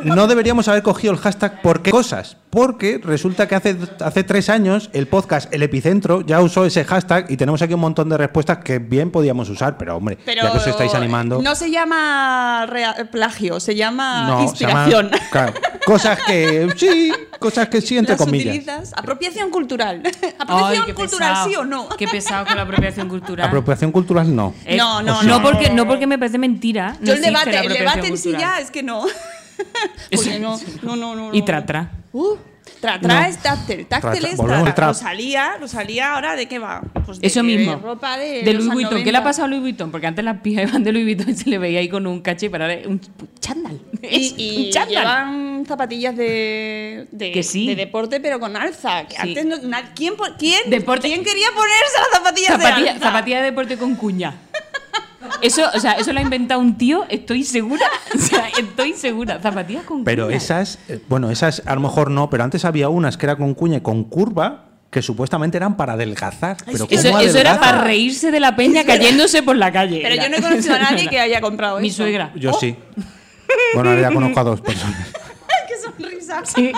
Speaker 1: No deberíamos haber cogido el hashtag ¿por qué cosas? Porque resulta que hace, hace tres años el podcast El Epicentro ya usó ese hashtag y tenemos aquí un montón de respuestas que bien podíamos usar, pero hombre,
Speaker 2: Pero
Speaker 1: ya que os estáis animando.
Speaker 2: No se llama rea- plagio, se llama
Speaker 1: no, se llama-
Speaker 2: inspiración.
Speaker 1: claro, cosas que sí, cosas que sí, entre
Speaker 2: Las
Speaker 1: comillas.
Speaker 2: utilizas. Apropiación cultural.
Speaker 3: Ay,
Speaker 2: Apropiación
Speaker 3: qué
Speaker 2: cultural,
Speaker 3: pesado.
Speaker 2: sí o no.
Speaker 3: Qué pesado con la apropiación cultural.
Speaker 1: Apropiación cultural no.
Speaker 3: Eh,
Speaker 2: No, no,
Speaker 3: o
Speaker 2: no.
Speaker 3: sea, porque, no porque me parece mentira. no
Speaker 2: Yo el
Speaker 3: existe la
Speaker 2: debate, el
Speaker 3: apropiación
Speaker 2: debate en sí
Speaker 3: cultural.
Speaker 2: ya es que no. Porque no, no, no, no.
Speaker 3: Y
Speaker 2: no.
Speaker 3: tra, tra.
Speaker 2: Uh, tra, tra
Speaker 3: No.
Speaker 2: es táctil, táctil
Speaker 1: Tra- tra-
Speaker 2: es
Speaker 1: volvemos
Speaker 2: tra,
Speaker 1: al trap.
Speaker 2: Rosalía, Rosalía, ¿ahora de qué va? Pues de-
Speaker 3: Eso
Speaker 2: de
Speaker 3: mismo.
Speaker 2: ropa de,
Speaker 3: de
Speaker 2: los
Speaker 3: Louis Vuitton.
Speaker 2: 90.
Speaker 3: ¿Qué le ha pasado a Louis Vuitton? Porque antes las pijas iban de Louis Vuitton y se le veía ahí con un caché, pero ahora es un chándal. Es
Speaker 2: Y,
Speaker 3: un
Speaker 2: y
Speaker 3: chándal.
Speaker 2: llevan zapatillas de, de,
Speaker 3: Que sí.
Speaker 2: de deporte, pero con alza. Que
Speaker 3: Sí.
Speaker 2: antes no- na- ¿quién, po- quién,
Speaker 3: Deporte-
Speaker 2: ¿Quién quería ponerse las zapatillas de
Speaker 3: Zapatilla,
Speaker 2: alza?
Speaker 3: zapatilla de deporte con cuña. Eso, o sea, eso lo ha inventado un tío, estoy segura. O sea, estoy segura. Zapatillas con
Speaker 1: Pero
Speaker 3: cuña.
Speaker 1: esas, eh, bueno, esas a lo mejor no, pero antes había unas que era con cuña y con curva que supuestamente eran para adelgazar. Pero
Speaker 3: Eso,
Speaker 1: ¿cómo
Speaker 3: eso era
Speaker 1: adelgazas?
Speaker 3: para reírse de la peña cayéndose por la calle.
Speaker 2: Pero
Speaker 3: Era.
Speaker 2: yo no he conocido a nadie que haya comprado
Speaker 3: Mi
Speaker 2: eso.
Speaker 3: suegra.
Speaker 1: Yo sí. Oh. Bueno, ahora ya conozco a dos personas.
Speaker 2: ¡Ay, qué sonrisa!
Speaker 3: Sí,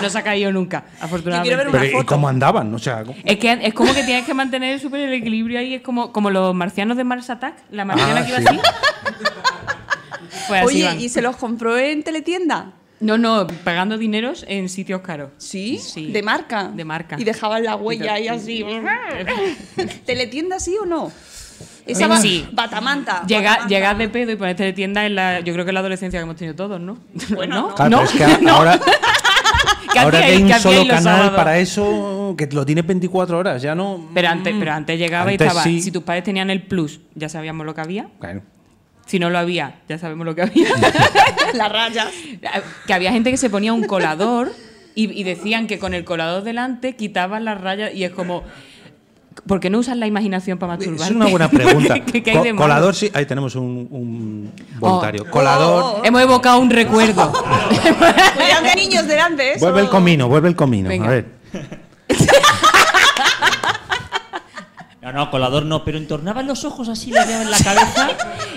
Speaker 3: no se ha caído nunca,
Speaker 2: Yo quiero ver
Speaker 3: afortunadamente.
Speaker 2: una
Speaker 1: Pero ¿y
Speaker 2: foto.
Speaker 1: cómo andaban? O sea, ¿cómo?
Speaker 3: Es que es como que tienes que mantener súper el equilibrio ahí, es como, como los marcianos de Mars Attack, la marciana
Speaker 1: Ah,
Speaker 3: que iba
Speaker 1: sí.
Speaker 3: así. Pues así
Speaker 2: Oye,
Speaker 3: van.
Speaker 2: ¿y se los compró en teletienda?
Speaker 3: No, no, pagando dineros en sitios caros.
Speaker 2: ¿Sí?
Speaker 3: Sí.
Speaker 2: de marca.
Speaker 3: De marca.
Speaker 2: Y dejaban la huella ahí así. ¿Teletienda sí o no? Esa va-
Speaker 3: Sí.
Speaker 2: Batamanta.
Speaker 3: Llega,
Speaker 2: batamanta.
Speaker 3: llegas de pedo y ponerte de tienda en la. Yo creo que es la adolescencia que hemos tenido todos, ¿no?
Speaker 2: Bueno,
Speaker 1: Claro, pero
Speaker 3: ¿No?
Speaker 1: es que a- ahora,
Speaker 3: ¿Qué
Speaker 1: ahora que
Speaker 3: hacíais-
Speaker 1: hay un
Speaker 3: qué hacíais
Speaker 1: solo
Speaker 3: los
Speaker 1: canal
Speaker 3: sábados?
Speaker 1: para eso que lo tiene 24 horas, ya no.
Speaker 3: Pero antes, pero antes llegaba
Speaker 1: Antes
Speaker 3: y estaba.
Speaker 1: sí.
Speaker 3: Si tus padres tenían el plus, ya sabíamos lo que había.
Speaker 1: Claro.
Speaker 3: Si no lo había, ya sabemos lo que había.
Speaker 2: Las rayas.
Speaker 3: que había gente que se ponía un colador Y, y decían que con el colador delante quitaban las rayas y es como... ¿Por qué no usas la imaginación para masturbarte?
Speaker 1: Es una buena pregunta.
Speaker 3: ¿Qué- qué hay
Speaker 1: Co-
Speaker 3: de malo?
Speaker 1: colador, sí. Ahí tenemos un, un voluntario. Colador.
Speaker 2: Oh.
Speaker 3: Hemos evocado un recuerdo.
Speaker 2: Cuidado que hay Pues niños delante, ¿eh?
Speaker 1: Vuelve el
Speaker 2: Eso-
Speaker 1: comino, vuelve el comino.
Speaker 3: Venga.
Speaker 1: A ver.
Speaker 9: No, no, colador no, pero entornaban los ojos así, le daban en la cabeza.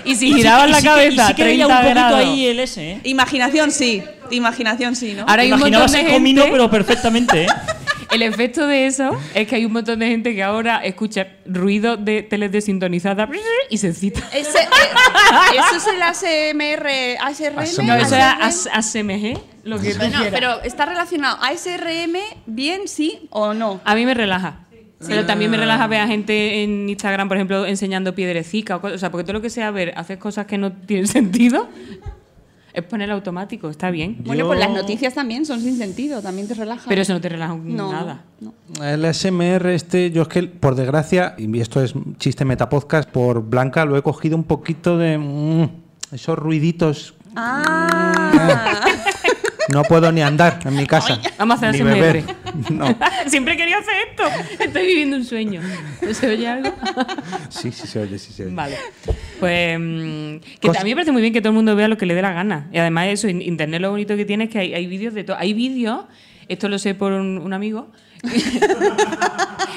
Speaker 3: y si giraban
Speaker 9: Y
Speaker 3: la
Speaker 9: sí que- y
Speaker 3: cabeza,
Speaker 9: sí que veía
Speaker 3: 30
Speaker 9: un poquito
Speaker 3: grados.
Speaker 9: ahí el S, ¿eh?
Speaker 2: Imaginación sí, imaginación sí, ¿no?
Speaker 3: Ahora hay un montón
Speaker 9: Imaginabas
Speaker 3: de
Speaker 9: el
Speaker 3: gente.
Speaker 9: comino, pero perfectamente, ¿eh?
Speaker 3: El efecto de eso es que hay un montón de gente que ahora escucha ruido de teles desintonizadas y se excita.
Speaker 5: Ese- eh, eso es el ASMR, ASRM.
Speaker 3: No, eso era
Speaker 5: ASMR.
Speaker 3: as- ASMG, lo que tú
Speaker 2: Bueno,
Speaker 3: quieras.
Speaker 2: pero está relacionado a SRM bien, sí o no.
Speaker 3: A mí me relaja. Pero también me relaja ver a gente en Instagram, por ejemplo, enseñando piedrecica o cosas. O sea, porque todo lo que sea ver, haces cosas que no tienen sentido, es poner automático, está bien.
Speaker 2: Bueno,
Speaker 1: Yo-
Speaker 2: pues las noticias también son sin sentido, también te relajan.
Speaker 3: Pero eso no te relaja un-
Speaker 2: no,
Speaker 3: nada.
Speaker 2: no.
Speaker 1: El SMR este, yo es que, por desgracia, y esto es chiste metapodcast, por Blanca lo he cogido un poquito de... mm, esos ruiditos.
Speaker 2: Ah.
Speaker 1: No puedo ni andar en mi casa.
Speaker 3: Vamos a hacer
Speaker 1: ni
Speaker 3: ASMR.
Speaker 1: beber. No,
Speaker 3: Siempre quería hacer esto. Estoy viviendo un sueño. ¿Se oye algo?
Speaker 1: sí, sí se oye, sí se oye.
Speaker 3: Vale. Pues mm, que
Speaker 1: Cosa-
Speaker 3: a mí me parece muy bien que todo el mundo vea lo que le dé la gana. Y además eso, in- internet lo bonito que tiene es que hay, hay vídeos de todo. Hay vídeos, esto lo sé por un, un amigo.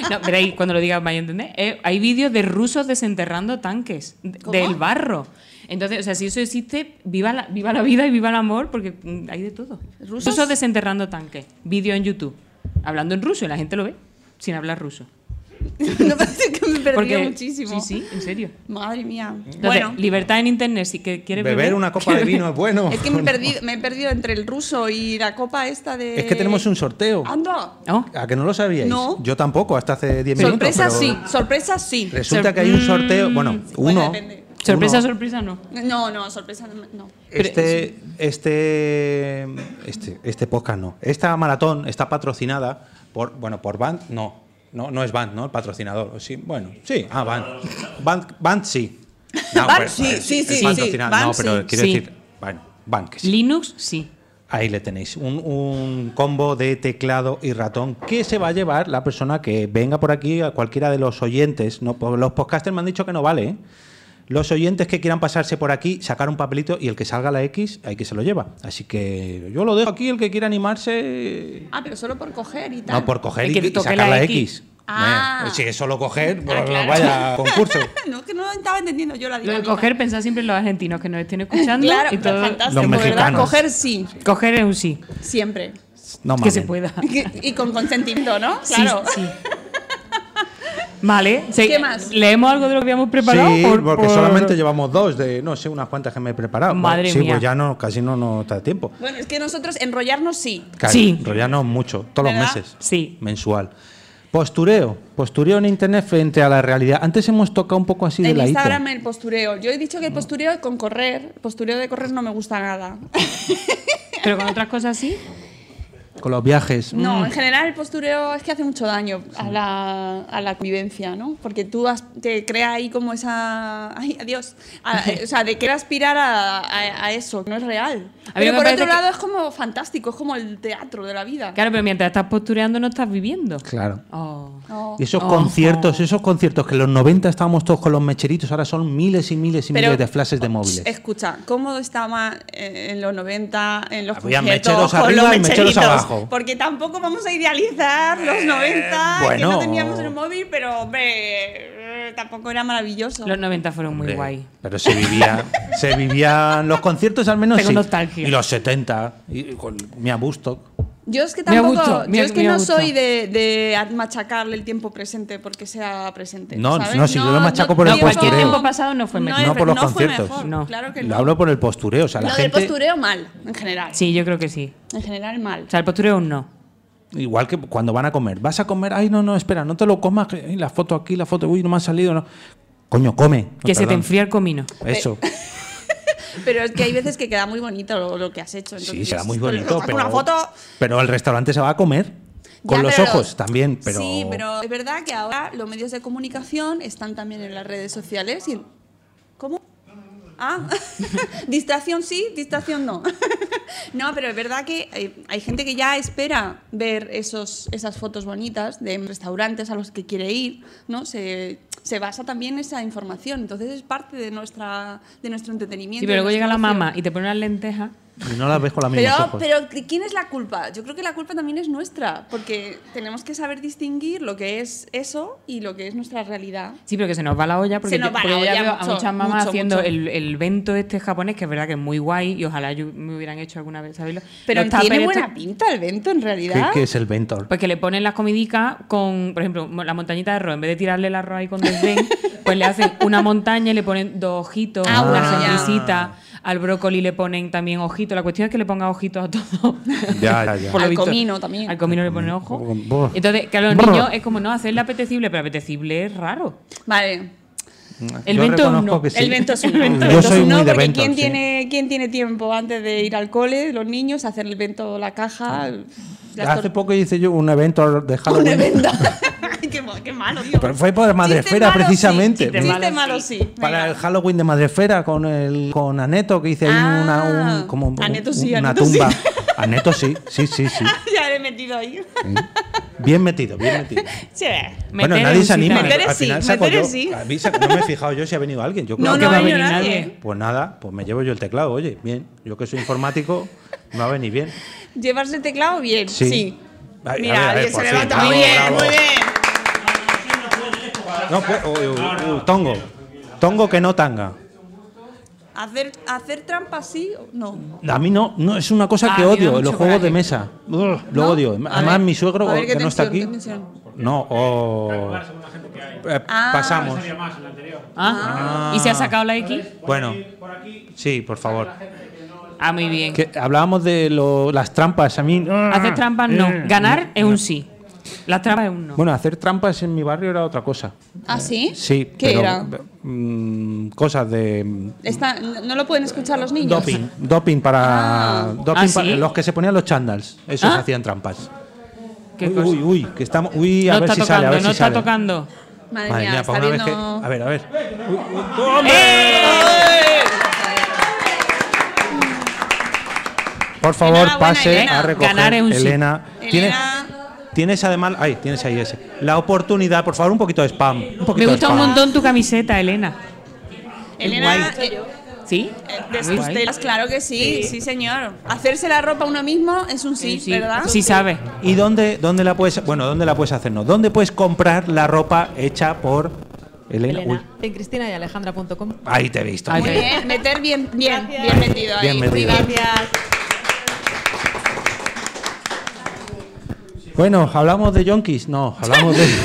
Speaker 3: no, veréis cuando lo diga vais a entender. Eh, hay vídeos de rusos desenterrando tanques de- del barro. Entonces, o sea, si eso existe, viva la, viva la vida y viva el amor, porque mm, hay de todo.
Speaker 2: ¿Rusos?
Speaker 3: rusos desenterrando tanques. Vídeo en YouTube. Hablando en ruso y la gente lo ve sin hablar ruso.
Speaker 2: no parece que me perdió muchísimo.
Speaker 3: Sí, sí, en serio.
Speaker 2: Madre mía.
Speaker 3: Entonces,
Speaker 2: Bueno,
Speaker 3: libertad en internet, si que quieres
Speaker 1: Beber, una copa de vino es bueno.
Speaker 2: es que me he, perdido, me he perdido entre el ruso y la copa esta de.
Speaker 1: Es que tenemos un sorteo.
Speaker 2: Anda.
Speaker 3: ¿No?
Speaker 1: ¿A que no lo sabíais?
Speaker 2: No.
Speaker 1: Yo tampoco, hasta hace 10 minutos.
Speaker 2: Sorpresa
Speaker 1: pero
Speaker 2: sí, sorpresa sí.
Speaker 1: Resulta que hay un sorteo, bueno,
Speaker 2: Bueno,
Speaker 1: uno.
Speaker 2: depende.
Speaker 3: Sorpresa,
Speaker 1: uno.
Speaker 3: sorpresa, no.
Speaker 2: No, no, sorpresa no- no.
Speaker 1: Este, este, este, este podcast no. Esta maratón está patrocinada por, bueno, por Band, no. No, no es Band, ¿no? El patrocinador. Sí, bueno, sí. Ah, Band. Band, Band sí. No,
Speaker 2: Band
Speaker 1: pues,
Speaker 2: sí,
Speaker 1: pues,
Speaker 2: sí,
Speaker 1: es
Speaker 2: sí, sí.
Speaker 1: patrocinado.
Speaker 2: Band
Speaker 1: No, pero
Speaker 2: sí.
Speaker 1: quiero
Speaker 3: Sí.
Speaker 1: decir, bueno, Band que sí.
Speaker 3: Linux, sí.
Speaker 1: Ahí le tenéis, un, un combo de teclado y ratón que se va a llevar la persona que venga por aquí, a cualquiera de los oyentes. No, po- los podcasters me han dicho que no vale. ¿eh? Los oyentes que quieran pasarse por aquí, sacar un papelito y el que salga la X, hay que se lo lleva. Así que yo lo dejo aquí, el que quiera animarse.
Speaker 2: Ah, pero solo por coger y tal.
Speaker 1: No, por coger
Speaker 3: El
Speaker 1: y,
Speaker 3: que
Speaker 1: y
Speaker 3: toque
Speaker 1: sacar
Speaker 3: la
Speaker 1: la,
Speaker 3: X.
Speaker 1: X.
Speaker 2: Ah.
Speaker 1: Eh, Si es solo coger, pues vaya concurso.
Speaker 2: No, que no estaba entendiendo yo la
Speaker 3: Lo de
Speaker 2: dinámica.
Speaker 3: coger, pensad siempre en los argentinos que nos estén escuchando.
Speaker 2: Claro,
Speaker 3: y todo.
Speaker 2: fantástico,
Speaker 1: Los
Speaker 2: ¿verdad?
Speaker 1: mexicanos.
Speaker 2: Coger sí,
Speaker 3: Coger es un sí,
Speaker 2: siempre.
Speaker 1: No
Speaker 3: que se
Speaker 1: mamen.
Speaker 3: pueda.
Speaker 2: Y con consentimiento, ¿no?
Speaker 3: Ah. Sí,
Speaker 2: Claro.
Speaker 3: sí. Vale, sí,
Speaker 2: ¿Qué más?
Speaker 3: ¿Leemos algo de lo que habíamos preparado?
Speaker 1: Sí,
Speaker 3: Por-
Speaker 1: porque
Speaker 3: por-
Speaker 1: solamente llevamos dos de, no sé, unas cuantas que me he preparado.
Speaker 3: Madre
Speaker 1: sí,
Speaker 3: mía.
Speaker 1: pues ya no, casi no nos da tiempo.
Speaker 2: Bueno, es que nosotros enrollarnos sí.
Speaker 1: Claro,
Speaker 3: Sí.
Speaker 1: enrollarnos mucho, todos
Speaker 2: ¿Verdad?
Speaker 1: los meses.
Speaker 3: Sí.
Speaker 1: Mensual. Postureo. Postureo en internet frente a la realidad. Antes hemos tocado un poco así de
Speaker 2: En
Speaker 1: la
Speaker 2: Instagram el postureo. Yo he dicho que el postureo con correr, postureo de correr no me gusta nada.
Speaker 3: Pero con otras cosas sí.
Speaker 1: Con los viajes.
Speaker 2: No,
Speaker 1: Mm.
Speaker 2: en general el postureo es que hace mucho daño a la, a la convivencia, ¿no? Porque tú has- te crea ahí como esa... ¡Ay, adiós! A- eh, o sea, de querer aspirar a, a- a eso, no es real.
Speaker 3: A mí
Speaker 2: Pero
Speaker 3: me
Speaker 2: por
Speaker 3: parece
Speaker 2: otro
Speaker 3: que-
Speaker 2: lado es como fantástico, es como el teatro de la vida.
Speaker 3: Claro, pero mientras estás postureando no estás viviendo.
Speaker 1: Claro.
Speaker 3: Oh.
Speaker 2: No.
Speaker 1: Y esos
Speaker 3: Oh.
Speaker 1: conciertos, esos conciertos que en los 90 estábamos todos con los mecheritos, ahora son miles y miles y
Speaker 2: Pero-
Speaker 1: miles de flashes de móviles.
Speaker 2: Escucha, ¿cómo estaba eh, en los 90, en los
Speaker 1: Había
Speaker 2: conciertos,
Speaker 1: mecheros
Speaker 2: con
Speaker 1: arriba
Speaker 2: los
Speaker 1: y mecheros
Speaker 2: mecheritos?
Speaker 1: abajo. Eh,
Speaker 2: Porque tampoco vamos a idealizar los 90, que
Speaker 1: bueno.
Speaker 2: no teníamos el móvil, pero hombre, eh, tampoco era maravilloso.
Speaker 3: Los 90 fueron muy
Speaker 1: Hombre,
Speaker 3: guay.
Speaker 1: Pero se vivía, se vivían los conciertos al menos.
Speaker 3: Tengo
Speaker 1: sí.
Speaker 3: nostalgia.
Speaker 1: Y los 70, y con mi Bustock.
Speaker 2: Yo es que
Speaker 3: Me ha
Speaker 2: tampoco,
Speaker 3: gustado, me
Speaker 2: yo
Speaker 3: ha-
Speaker 2: es que
Speaker 3: me ha
Speaker 2: no
Speaker 3: gustado.
Speaker 2: soy de, de machacarle el tiempo presente porque sea presente.
Speaker 1: No,
Speaker 2: ¿sabes?
Speaker 1: no, si yo lo machaco por
Speaker 3: el
Speaker 2: tiempo-
Speaker 3: postureo. No, cualquier tiempo pasado no fue mejor.
Speaker 2: es
Speaker 1: no por los
Speaker 2: ver- fue
Speaker 1: conciertos.
Speaker 2: mejor,
Speaker 3: No.
Speaker 2: Claro que
Speaker 1: Lo
Speaker 2: no.
Speaker 1: hablo por el postureo. O sea,
Speaker 2: Lo
Speaker 1: la
Speaker 2: del
Speaker 1: gente.
Speaker 2: postureo mal, en general.
Speaker 3: Sí, yo creo que sí.
Speaker 2: En general mal.
Speaker 3: O sea, el postureo es un no.
Speaker 1: Igual que cuando van a comer. Vas a comer, ay, no, no, espera, no te lo comas. que- ay, la foto aquí, la foto, uy, no me ha salido. no. Coño, come. No,
Speaker 3: Que se te
Speaker 1: perdón.
Speaker 3: enfría el comino.
Speaker 1: Eso.
Speaker 2: Pero es que hay veces que queda muy bonito lo, lo que has hecho.
Speaker 1: Sí,
Speaker 2: entonces
Speaker 1: será muy
Speaker 2: dices, "Pues,
Speaker 1: bonito,
Speaker 2: saco
Speaker 1: pero.
Speaker 2: Una foto
Speaker 1: Pero el restaurante se va a comer. Con
Speaker 2: Ya,
Speaker 1: los
Speaker 2: pero-
Speaker 1: ojos también, pero.
Speaker 2: Sí, pero es verdad que ahora los medios de comunicación están también en las redes sociales y... ¿Cómo? Ah, distracción sí, distracción no. no, pero es verdad que hay, hay gente que ya espera ver esos, esas fotos bonitas de restaurantes a los que quiere ir, ¿no? Se, se basa también en esa información, entonces es parte de, nuestra, de nuestro entretenimiento.
Speaker 3: Sí,
Speaker 2: de
Speaker 3: pero luego
Speaker 2: nuestra
Speaker 3: llega la
Speaker 2: ocio.
Speaker 3: mamá y te pone unas lentejas.
Speaker 1: Y no las ves con la misma
Speaker 2: Pero, pero ¿qu- ¿quién es la culpa? Yo creo que la culpa también es nuestra, porque tenemos que saber distinguir lo que es eso y lo que es nuestra realidad.
Speaker 3: Sí, pero que se nos va la olla porque,
Speaker 2: Se nos
Speaker 3: yo-
Speaker 2: va
Speaker 3: porque
Speaker 2: la
Speaker 3: yo ya
Speaker 2: olla
Speaker 3: veo
Speaker 2: mucho,
Speaker 3: a muchas mamás
Speaker 2: mucho,
Speaker 3: haciendo
Speaker 2: mucho.
Speaker 3: El, el vento este japonés, que es verdad que es muy guay y ojalá yo me hubieran hecho alguna vez, ¿sabéis?
Speaker 2: Pero
Speaker 3: Los
Speaker 2: tiene
Speaker 3: tuppers
Speaker 2: buena
Speaker 3: estos-
Speaker 2: pinta el vento en
Speaker 1: ¿Qué,
Speaker 2: realidad.
Speaker 1: qué es el Ventor?
Speaker 3: Pues que le ponen las comidicas con, por ejemplo, mo- la montañita de arroz. En vez de tirarle el arroz ahí con desdén, pues le hacen una montaña y le ponen dos ojitos,
Speaker 2: Ah,
Speaker 3: una
Speaker 2: bueno, ya.
Speaker 3: sonrisita. Al brócoli le ponen también ojitos. La cuestión es que le ponga ojitos a todo.
Speaker 1: Ah, Ya, ya, ya.
Speaker 3: Por lo
Speaker 2: Al
Speaker 3: visto.
Speaker 2: comino también.
Speaker 3: Al comino le ponen ojo.
Speaker 1: Buah.
Speaker 3: Entonces, que a los
Speaker 1: Buah.
Speaker 3: niños es como no hacerle apetecible, pero apetecible es raro.
Speaker 2: Vale.
Speaker 3: El
Speaker 1: Yo
Speaker 3: vento es
Speaker 1: reconozco
Speaker 3: uno,
Speaker 1: que sí.
Speaker 2: El vento es uno. El
Speaker 1: Yo
Speaker 2: vento es
Speaker 1: soy
Speaker 2: uno,
Speaker 1: muy de
Speaker 2: porque
Speaker 1: Ventor.
Speaker 2: ¿quién,
Speaker 1: sí.
Speaker 2: tiene, ¿Quién tiene tiempo antes de ir al cole, los niños, hacer el vento, la caja? las
Speaker 1: Ah. Hace
Speaker 2: tor-
Speaker 1: poco hice yo un evento de
Speaker 2: un
Speaker 1: Halloween.
Speaker 2: evento. Ay, qué, ma- qué malo, tío.
Speaker 1: Pero fue por
Speaker 2: Madrefera
Speaker 1: Madrefera, precisamente.
Speaker 2: Sí, chiste malo, sí. Venga.
Speaker 1: Para el Halloween de Madrefera con el con Aneto que hice ahí
Speaker 2: Ah.
Speaker 1: una un- como un-
Speaker 2: Aneto sí,
Speaker 1: una
Speaker 2: Aneto sí.
Speaker 1: tumba. Aneto sí, sí, sí, sí.
Speaker 2: ya le he metido ahí.
Speaker 1: Bien metido, bien metido.
Speaker 2: Sí.
Speaker 1: Bueno,
Speaker 3: Meter
Speaker 1: nadie
Speaker 3: en
Speaker 1: se
Speaker 3: un
Speaker 1: anima.
Speaker 3: sitio.
Speaker 2: Meter
Speaker 1: Al
Speaker 2: sí,
Speaker 1: final saco
Speaker 2: meter
Speaker 1: yo.
Speaker 2: sí.
Speaker 1: A mí saco- No me he fijado yo si ha venido alguien. Yo creo
Speaker 2: No,
Speaker 1: que
Speaker 2: no ¿eh?
Speaker 1: va a
Speaker 2: ha venido
Speaker 1: venir
Speaker 2: nadie.
Speaker 1: Pues nada, pues me llevo yo el teclado. Oye, bien. Yo que soy informático, me va a venir bien.
Speaker 2: Llevarse el teclado bien, sí.
Speaker 1: Sí. Ay,
Speaker 2: Mira,
Speaker 1: a ver, a ver,
Speaker 2: bien,
Speaker 1: por
Speaker 2: se
Speaker 1: fin,
Speaker 2: levanta.
Speaker 1: bravo,
Speaker 2: muy bien,
Speaker 1: bravo.
Speaker 2: muy bien.
Speaker 1: No, pues, uy, uy, uy, tongo. Tongo que no tanga.
Speaker 2: ¿Hacer, hacer trampa sí o no?
Speaker 1: A mí no, no es una cosa
Speaker 3: Ah,
Speaker 1: que
Speaker 3: a mí me da
Speaker 1: odio, los
Speaker 3: mucho
Speaker 1: juegos de
Speaker 3: coraje.
Speaker 1: mesa. Ugh, lo
Speaker 2: ¿No?
Speaker 1: odio.
Speaker 2: A
Speaker 1: Además,
Speaker 2: ver,
Speaker 1: mi suegro,
Speaker 2: a ver,
Speaker 1: que
Speaker 2: qué
Speaker 1: no está aquí.
Speaker 2: tensión, qué tensión.
Speaker 1: No, o. Eh,
Speaker 2: Ah.
Speaker 1: pasamos.
Speaker 3: Ah, ¿Y se ha sacado la X?
Speaker 1: Bueno, sí, por favor.
Speaker 3: Ah, muy bien.
Speaker 1: Que hablábamos de lo- las trampas. A mí.
Speaker 3: Hacer trampas no. Ganar es un sí. Las trampas es un no.
Speaker 1: Eh. Bueno, hacer trampas en mi barrio era otra cosa.
Speaker 2: ¿Ah, sí?
Speaker 1: Sí,
Speaker 2: ¿Qué
Speaker 1: pero.
Speaker 2: era?
Speaker 1: mm, cosas de. mm,
Speaker 2: Está- no no lo pueden escuchar los niños.
Speaker 1: Doping, doping para.
Speaker 2: Ah.
Speaker 1: Doping
Speaker 3: ¿Ah,
Speaker 1: pa-
Speaker 3: sí?
Speaker 1: los que se ponían los chandals. Esos
Speaker 3: Ah.
Speaker 1: hacían trampas.
Speaker 3: ¿Qué
Speaker 1: uy,
Speaker 3: cosa?
Speaker 1: uy, uy, que estamos. Uy, a
Speaker 3: no
Speaker 1: ver
Speaker 3: está
Speaker 1: si
Speaker 3: tocando,
Speaker 1: sale, a ver
Speaker 3: no
Speaker 1: si
Speaker 3: está
Speaker 1: sale.
Speaker 3: tocando.
Speaker 2: Madre,
Speaker 1: Madre mía,
Speaker 2: está
Speaker 1: para una vez que.
Speaker 2: viendo-
Speaker 1: A ver, a ver.
Speaker 3: ¡Eh!
Speaker 1: Por favor,
Speaker 2: Enhorabuena,
Speaker 1: pase
Speaker 2: Elena.
Speaker 1: a recoger.
Speaker 3: Ganar es un sí.
Speaker 1: Elena. Tienes,
Speaker 2: Elena.
Speaker 1: tienes además. Ay, tienes ahí ese. La oportunidad, por favor, un poquito de spam. un poquito
Speaker 3: Me
Speaker 1: de
Speaker 3: gusta un
Speaker 1: spam.
Speaker 3: montón tu camiseta, Elena.
Speaker 2: Elena, eh,
Speaker 3: ¿Sí?
Speaker 2: eh,
Speaker 3: Ah,
Speaker 2: de
Speaker 3: muy
Speaker 2: sus
Speaker 3: guay.
Speaker 2: telas, claro que sí, sí, señor. Hacerse la ropa uno mismo es un sí,
Speaker 3: Sí,
Speaker 2: ¿verdad?
Speaker 3: sí sabe.
Speaker 1: ¿Y dónde, dónde la puedes.? Bueno, ¿dónde la puedes hacer? No. ¿Dónde puedes comprar la ropa hecha por Elena? Uy,
Speaker 10: Elena, en cristina y alejandra.com.
Speaker 1: ahí te he visto.
Speaker 3: Ahí
Speaker 2: Muy
Speaker 3: Gracias.
Speaker 2: bien, meter bien, bien,
Speaker 10: Gracias.
Speaker 2: bien metido ahí.
Speaker 1: Bien metido.
Speaker 2: Muy bien.
Speaker 10: Gracias.
Speaker 1: Bueno, hablamos de yonkis, no, hablamos de.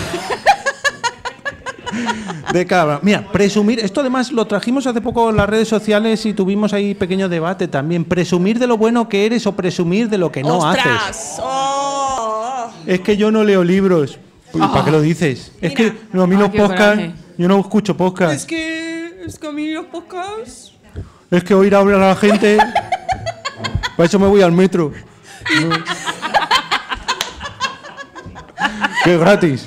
Speaker 1: de cabra. Mira, presumir, esto además lo trajimos hace poco en las redes sociales y tuvimos ahí pequeño debate también. Presumir de lo bueno que eres o presumir de lo que Eh, no haces.
Speaker 2: ¡Ostras! ¡Oh!
Speaker 1: Es que yo no leo libros. ¿Y para qué lo dices? Es que no, a mí
Speaker 3: Ay,
Speaker 1: no
Speaker 3: qué
Speaker 1: podcast,
Speaker 3: coraje.
Speaker 1: yo no escucho podcast. Es que,
Speaker 2: que, es que a mí los podcasts.
Speaker 1: oír hablar a la gente. para eso me voy al metro. No. que es gratis.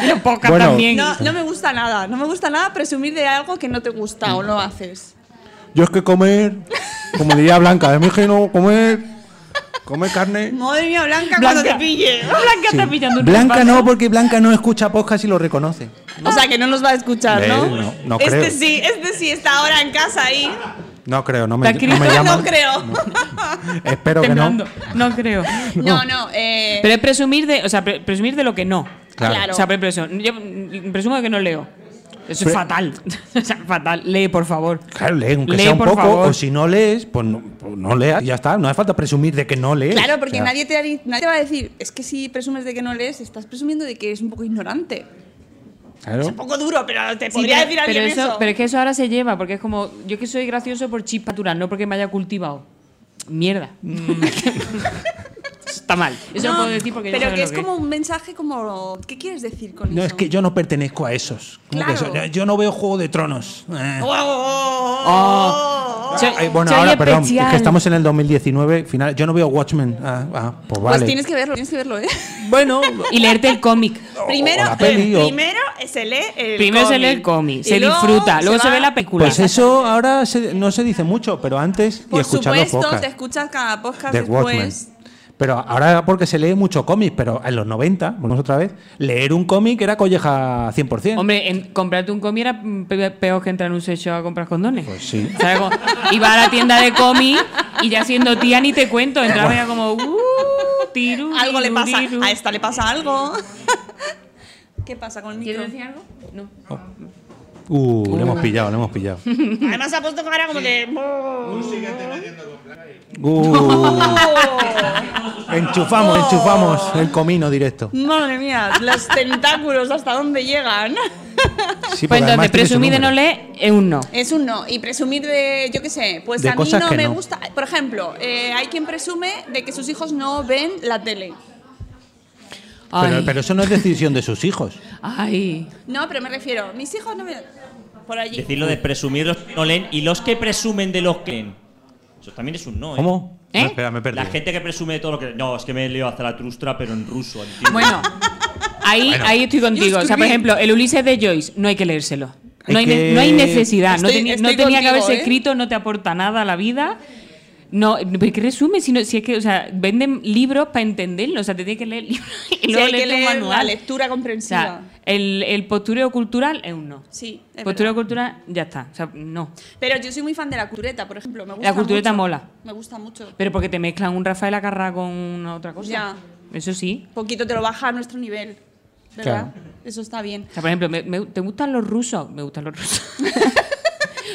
Speaker 3: Pero poca
Speaker 1: Bueno.
Speaker 3: también.
Speaker 2: No, no me gusta nada, no me gusta nada presumir de algo que no te gusta o no haces.
Speaker 1: Yo es que comer, como diría Blanca, es mi no comer, comer carne.
Speaker 2: Madre mía, Blanca, cuando te pille.
Speaker 3: Blanca está pillando un
Speaker 1: Blanca
Speaker 3: repaso.
Speaker 1: no, porque Blanca no escucha podcast y lo reconoce.
Speaker 2: O sea, que no nos va a escuchar, ¿no?
Speaker 1: Eh, no, no
Speaker 2: este
Speaker 1: creo.
Speaker 2: sí, este sí está ahora en casa ahí.
Speaker 1: No creo, no
Speaker 3: Te
Speaker 1: me,
Speaker 3: ha
Speaker 1: no
Speaker 3: escrito,
Speaker 1: me llaman.
Speaker 2: No creo.
Speaker 1: Espero que no.
Speaker 3: Temblando. No. creo.
Speaker 2: No, no, eh,
Speaker 3: Pero es presumir de, o sea, pre- presumir de lo que no.
Speaker 1: Claro.
Speaker 2: Claro.
Speaker 3: O sea, pre- presu- yo mm, presumo de que no leo. Eso es
Speaker 1: Pre-
Speaker 3: fatal. o sea, fatal. Lee, por favor.
Speaker 1: Claro, lee, aunque
Speaker 3: Lee,
Speaker 1: sea un
Speaker 3: por
Speaker 1: poco,
Speaker 3: favor.
Speaker 1: o si no lees, pues no, pues no leas y ya está. No hace falta presumir de que no lees.
Speaker 2: claro, porque
Speaker 1: O sea,
Speaker 2: nadie, te, ha di- nadie te va a decir, es que si presumes de que no lees, estás presumiendo de que eres un poco ignorante.
Speaker 1: claro.
Speaker 2: Un poco duro, pero te
Speaker 3: Sí,
Speaker 2: podría
Speaker 3: pero-
Speaker 2: decir alguien
Speaker 3: pero
Speaker 2: eso.
Speaker 3: Pero es que eso ahora se lleva, porque es como, yo que soy gracioso por chip natural, no porque me haya cultivado. Mierda. Está mal. Eso
Speaker 2: No,
Speaker 3: lo puedo decir porque yo
Speaker 2: pero
Speaker 3: sé
Speaker 2: que
Speaker 3: lo
Speaker 2: es como un mensaje como ¿qué quieres decir con
Speaker 1: No,
Speaker 2: eso?
Speaker 1: es que yo no pertenezco a esos. ¿Cómo que
Speaker 2: Claro.
Speaker 1: eso? Yo no veo Juego de Tronos. Eh.
Speaker 2: ¡Oh, oh, oh, oh,
Speaker 3: Oh, Soy-
Speaker 1: Ah, Ay, bueno,
Speaker 3: soy
Speaker 1: ahora, perdón, es
Speaker 3: especial.
Speaker 1: que estamos en el 2019, final. Yo no veo Watchmen. Ah, ah, pues vale.
Speaker 2: Pues tienes que verlo, tienes que verlo, ¿eh?
Speaker 3: Bueno, y leerte el cómic.
Speaker 2: primero,
Speaker 1: la peli,
Speaker 2: eh,
Speaker 1: o-
Speaker 2: primero se lee el
Speaker 3: Primero se lee el cómic, se disfruta, luego se ve la película.
Speaker 1: Pues eso ahora se- no se dice mucho, pero antes y
Speaker 2: Por
Speaker 1: escuchando
Speaker 2: supuesto,
Speaker 1: podcast
Speaker 2: te escuchas cada podcast
Speaker 1: de Watchmen.
Speaker 2: después.
Speaker 1: Pero ahora porque se lee mucho cómic, pero en los 90, volvemos otra vez, leer un cómic era colleja 100%.
Speaker 3: Hombre, en- comprarte un cómic era pe- peor que entrar en un sex shop a comprar condones.
Speaker 1: Pues sí.
Speaker 3: ¿Sabes? Como, Iba a la tienda de cómic y ya siendo tía ni te cuento, entraba ya como... "Uh, tiru,
Speaker 2: Algo le
Speaker 3: tiru,
Speaker 2: pasa,
Speaker 3: tiru".
Speaker 2: a este. esta le pasa algo. ¿Qué pasa con el micro?
Speaker 3: ¿Quieres decir algo? No. Pues
Speaker 1: Uh, le hemos pillado, le hemos pillado.
Speaker 2: Además se ha puesto cara como de...
Speaker 1: Uh,
Speaker 2: ¡Oh!
Speaker 1: enchufamos, enchufamos el comino directo.
Speaker 2: Madre mía, los tentáculos hasta dónde llegan.
Speaker 1: Sí,
Speaker 3: Pues
Speaker 1: porque
Speaker 3: entonces,
Speaker 1: además tiene su
Speaker 3: presumir de no
Speaker 1: número.
Speaker 3: leer es un no.
Speaker 2: Es un no. Y presumir de, yo qué sé, pues
Speaker 1: De
Speaker 2: a mí
Speaker 1: cosas
Speaker 2: no
Speaker 1: que
Speaker 2: me
Speaker 1: no.
Speaker 2: gusta. Por ejemplo, eh, hay quien presume de que sus hijos no ven la tele.
Speaker 3: Ay,
Speaker 1: Pero, pero eso no es decisión de sus hijos.
Speaker 3: ay.
Speaker 2: No, pero me refiero, mis hijos no ven. Por allí.
Speaker 9: Decirlo de presumir los que no leen y los que presumen de los que leen. Eso también es un no, ¿eh?
Speaker 1: ¿Cómo?
Speaker 3: ¿Eh?
Speaker 1: No, espera, me he perdido.
Speaker 9: La gente que presume de todo lo que. No, es que me leo hasta la trustra, pero en ruso. antiguo.
Speaker 3: Bueno, ahí, ahí estoy contigo. O sea, por
Speaker 2: Yo
Speaker 3: ejemplo, el Ulises de Joyce, no hay que leérselo. No
Speaker 1: Es
Speaker 3: hay, ne-
Speaker 1: que-
Speaker 3: no hay necesidad. no
Speaker 2: Estoy-
Speaker 3: teni- no
Speaker 2: estoy
Speaker 3: tenía que
Speaker 2: contigo,
Speaker 3: haberse
Speaker 2: ¿eh?
Speaker 3: escrito, no te aporta nada a la vida. No, ¿pero qué resume? Si, no- si es que, o sea, venden libros para entenderlo. O sea, te tienes que leer libros y
Speaker 2: Sí,
Speaker 3: luego
Speaker 2: hay que
Speaker 3: leerte un
Speaker 2: leer la
Speaker 3: manual.
Speaker 2: lectura
Speaker 3: o
Speaker 2: comprensiva.
Speaker 3: sea, pues el, el postureo cultural es un no.
Speaker 2: sí, es
Speaker 3: postureo
Speaker 2: verdad.
Speaker 3: cultural, ya está. O sea, no.
Speaker 2: Pero yo soy muy fan de la cultureta, por ejemplo. Me gusta
Speaker 3: La cultureta
Speaker 2: mucho.
Speaker 3: mola.
Speaker 2: Me gusta mucho.
Speaker 3: Pero porque te mezclan un Rafael Acarra con una otra cosa.
Speaker 2: Ya.
Speaker 3: Eso sí.
Speaker 2: Poquito te lo baja a nuestro nivel. ¿Verdad?
Speaker 1: Claro.
Speaker 2: Eso está bien.
Speaker 3: O sea, por ejemplo, me- me- ¿te gustan los rusos? Me gustan los rusos.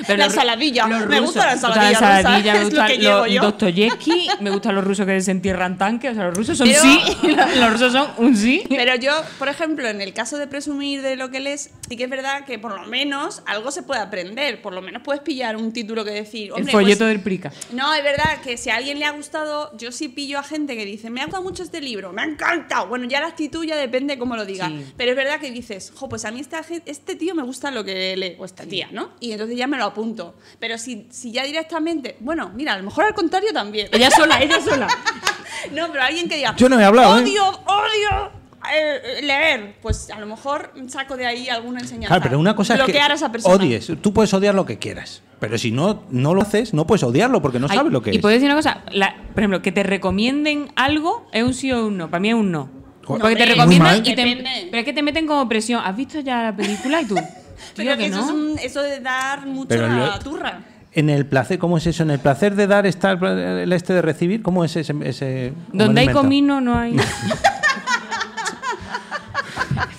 Speaker 3: Pero
Speaker 2: la
Speaker 3: los ru-
Speaker 2: ensaladilla. Me gusta la
Speaker 3: rusos. O
Speaker 2: ensaladilla.
Speaker 3: sea,
Speaker 2: rusa,
Speaker 3: ensaladilla, me
Speaker 2: es lo
Speaker 3: gustan
Speaker 2: que llevo
Speaker 3: los
Speaker 2: yo.
Speaker 3: Dostoyevsky, me gustan los rusos que desentierran tanques. O sea, los rusos son
Speaker 2: Pero-
Speaker 3: sí. los rusos son un sí.
Speaker 2: Pero yo, por ejemplo, en el caso de presumir de lo que lees, sí que es verdad que por lo menos algo se puede aprender. Por lo menos puedes pillar un título que decir.
Speaker 3: el
Speaker 2: Hombre,
Speaker 3: folleto
Speaker 2: pues,
Speaker 3: del Prica.
Speaker 2: No, es verdad que si a alguien le ha gustado, yo sí pillo a gente que dice, me ha gustado mucho este libro, me ha encantado. Bueno, ya la actitud ya depende cómo lo diga.
Speaker 3: Sí.
Speaker 2: Pero es verdad que dices, jo, pues a mí esta gen- este tío me gusta lo que lee, o esta tía, ¿no? Y entonces ya me lo apunto. Pero si, si ya directamente, bueno, mira, a lo mejor al contrario también.
Speaker 3: Ella sola, ella sola.
Speaker 2: No, pero alguien que diga,
Speaker 1: Yo no he hablado, ¿eh?
Speaker 2: Odio, odio eh, leer. Pues a lo mejor saco de ahí alguna enseñanza.
Speaker 1: Claro, pero una cosa es que
Speaker 2: Bloquear a esa persona.
Speaker 1: odies. Tú puedes odiar lo que quieras. Pero si no, no lo haces, no puedes odiarlo porque no
Speaker 3: Ay,
Speaker 1: sabes lo que
Speaker 3: y
Speaker 1: es.
Speaker 3: puedo decir una cosa, La- por ejemplo, que te recomienden algo es un sí o un no. Para mí es un no.
Speaker 1: Joder,
Speaker 3: Porque te
Speaker 2: hombre,
Speaker 3: recomiendan
Speaker 2: muy
Speaker 3: y te,
Speaker 2: mal. Depende.
Speaker 3: pero es que te meten como presión. ¿Has visto ya la película y tú?
Speaker 2: Pero que
Speaker 3: Tío, que
Speaker 2: eso,
Speaker 3: no.
Speaker 2: es un- eso de dar mucho
Speaker 1: Pero
Speaker 2: la
Speaker 1: lo-
Speaker 2: turra.
Speaker 1: En el placer, ¿cómo es eso? En el placer de dar está el pla- el este de recibir, ¿cómo es ese? ese cómo lo
Speaker 3: Donde hay
Speaker 1: inventa?
Speaker 3: comino no hay.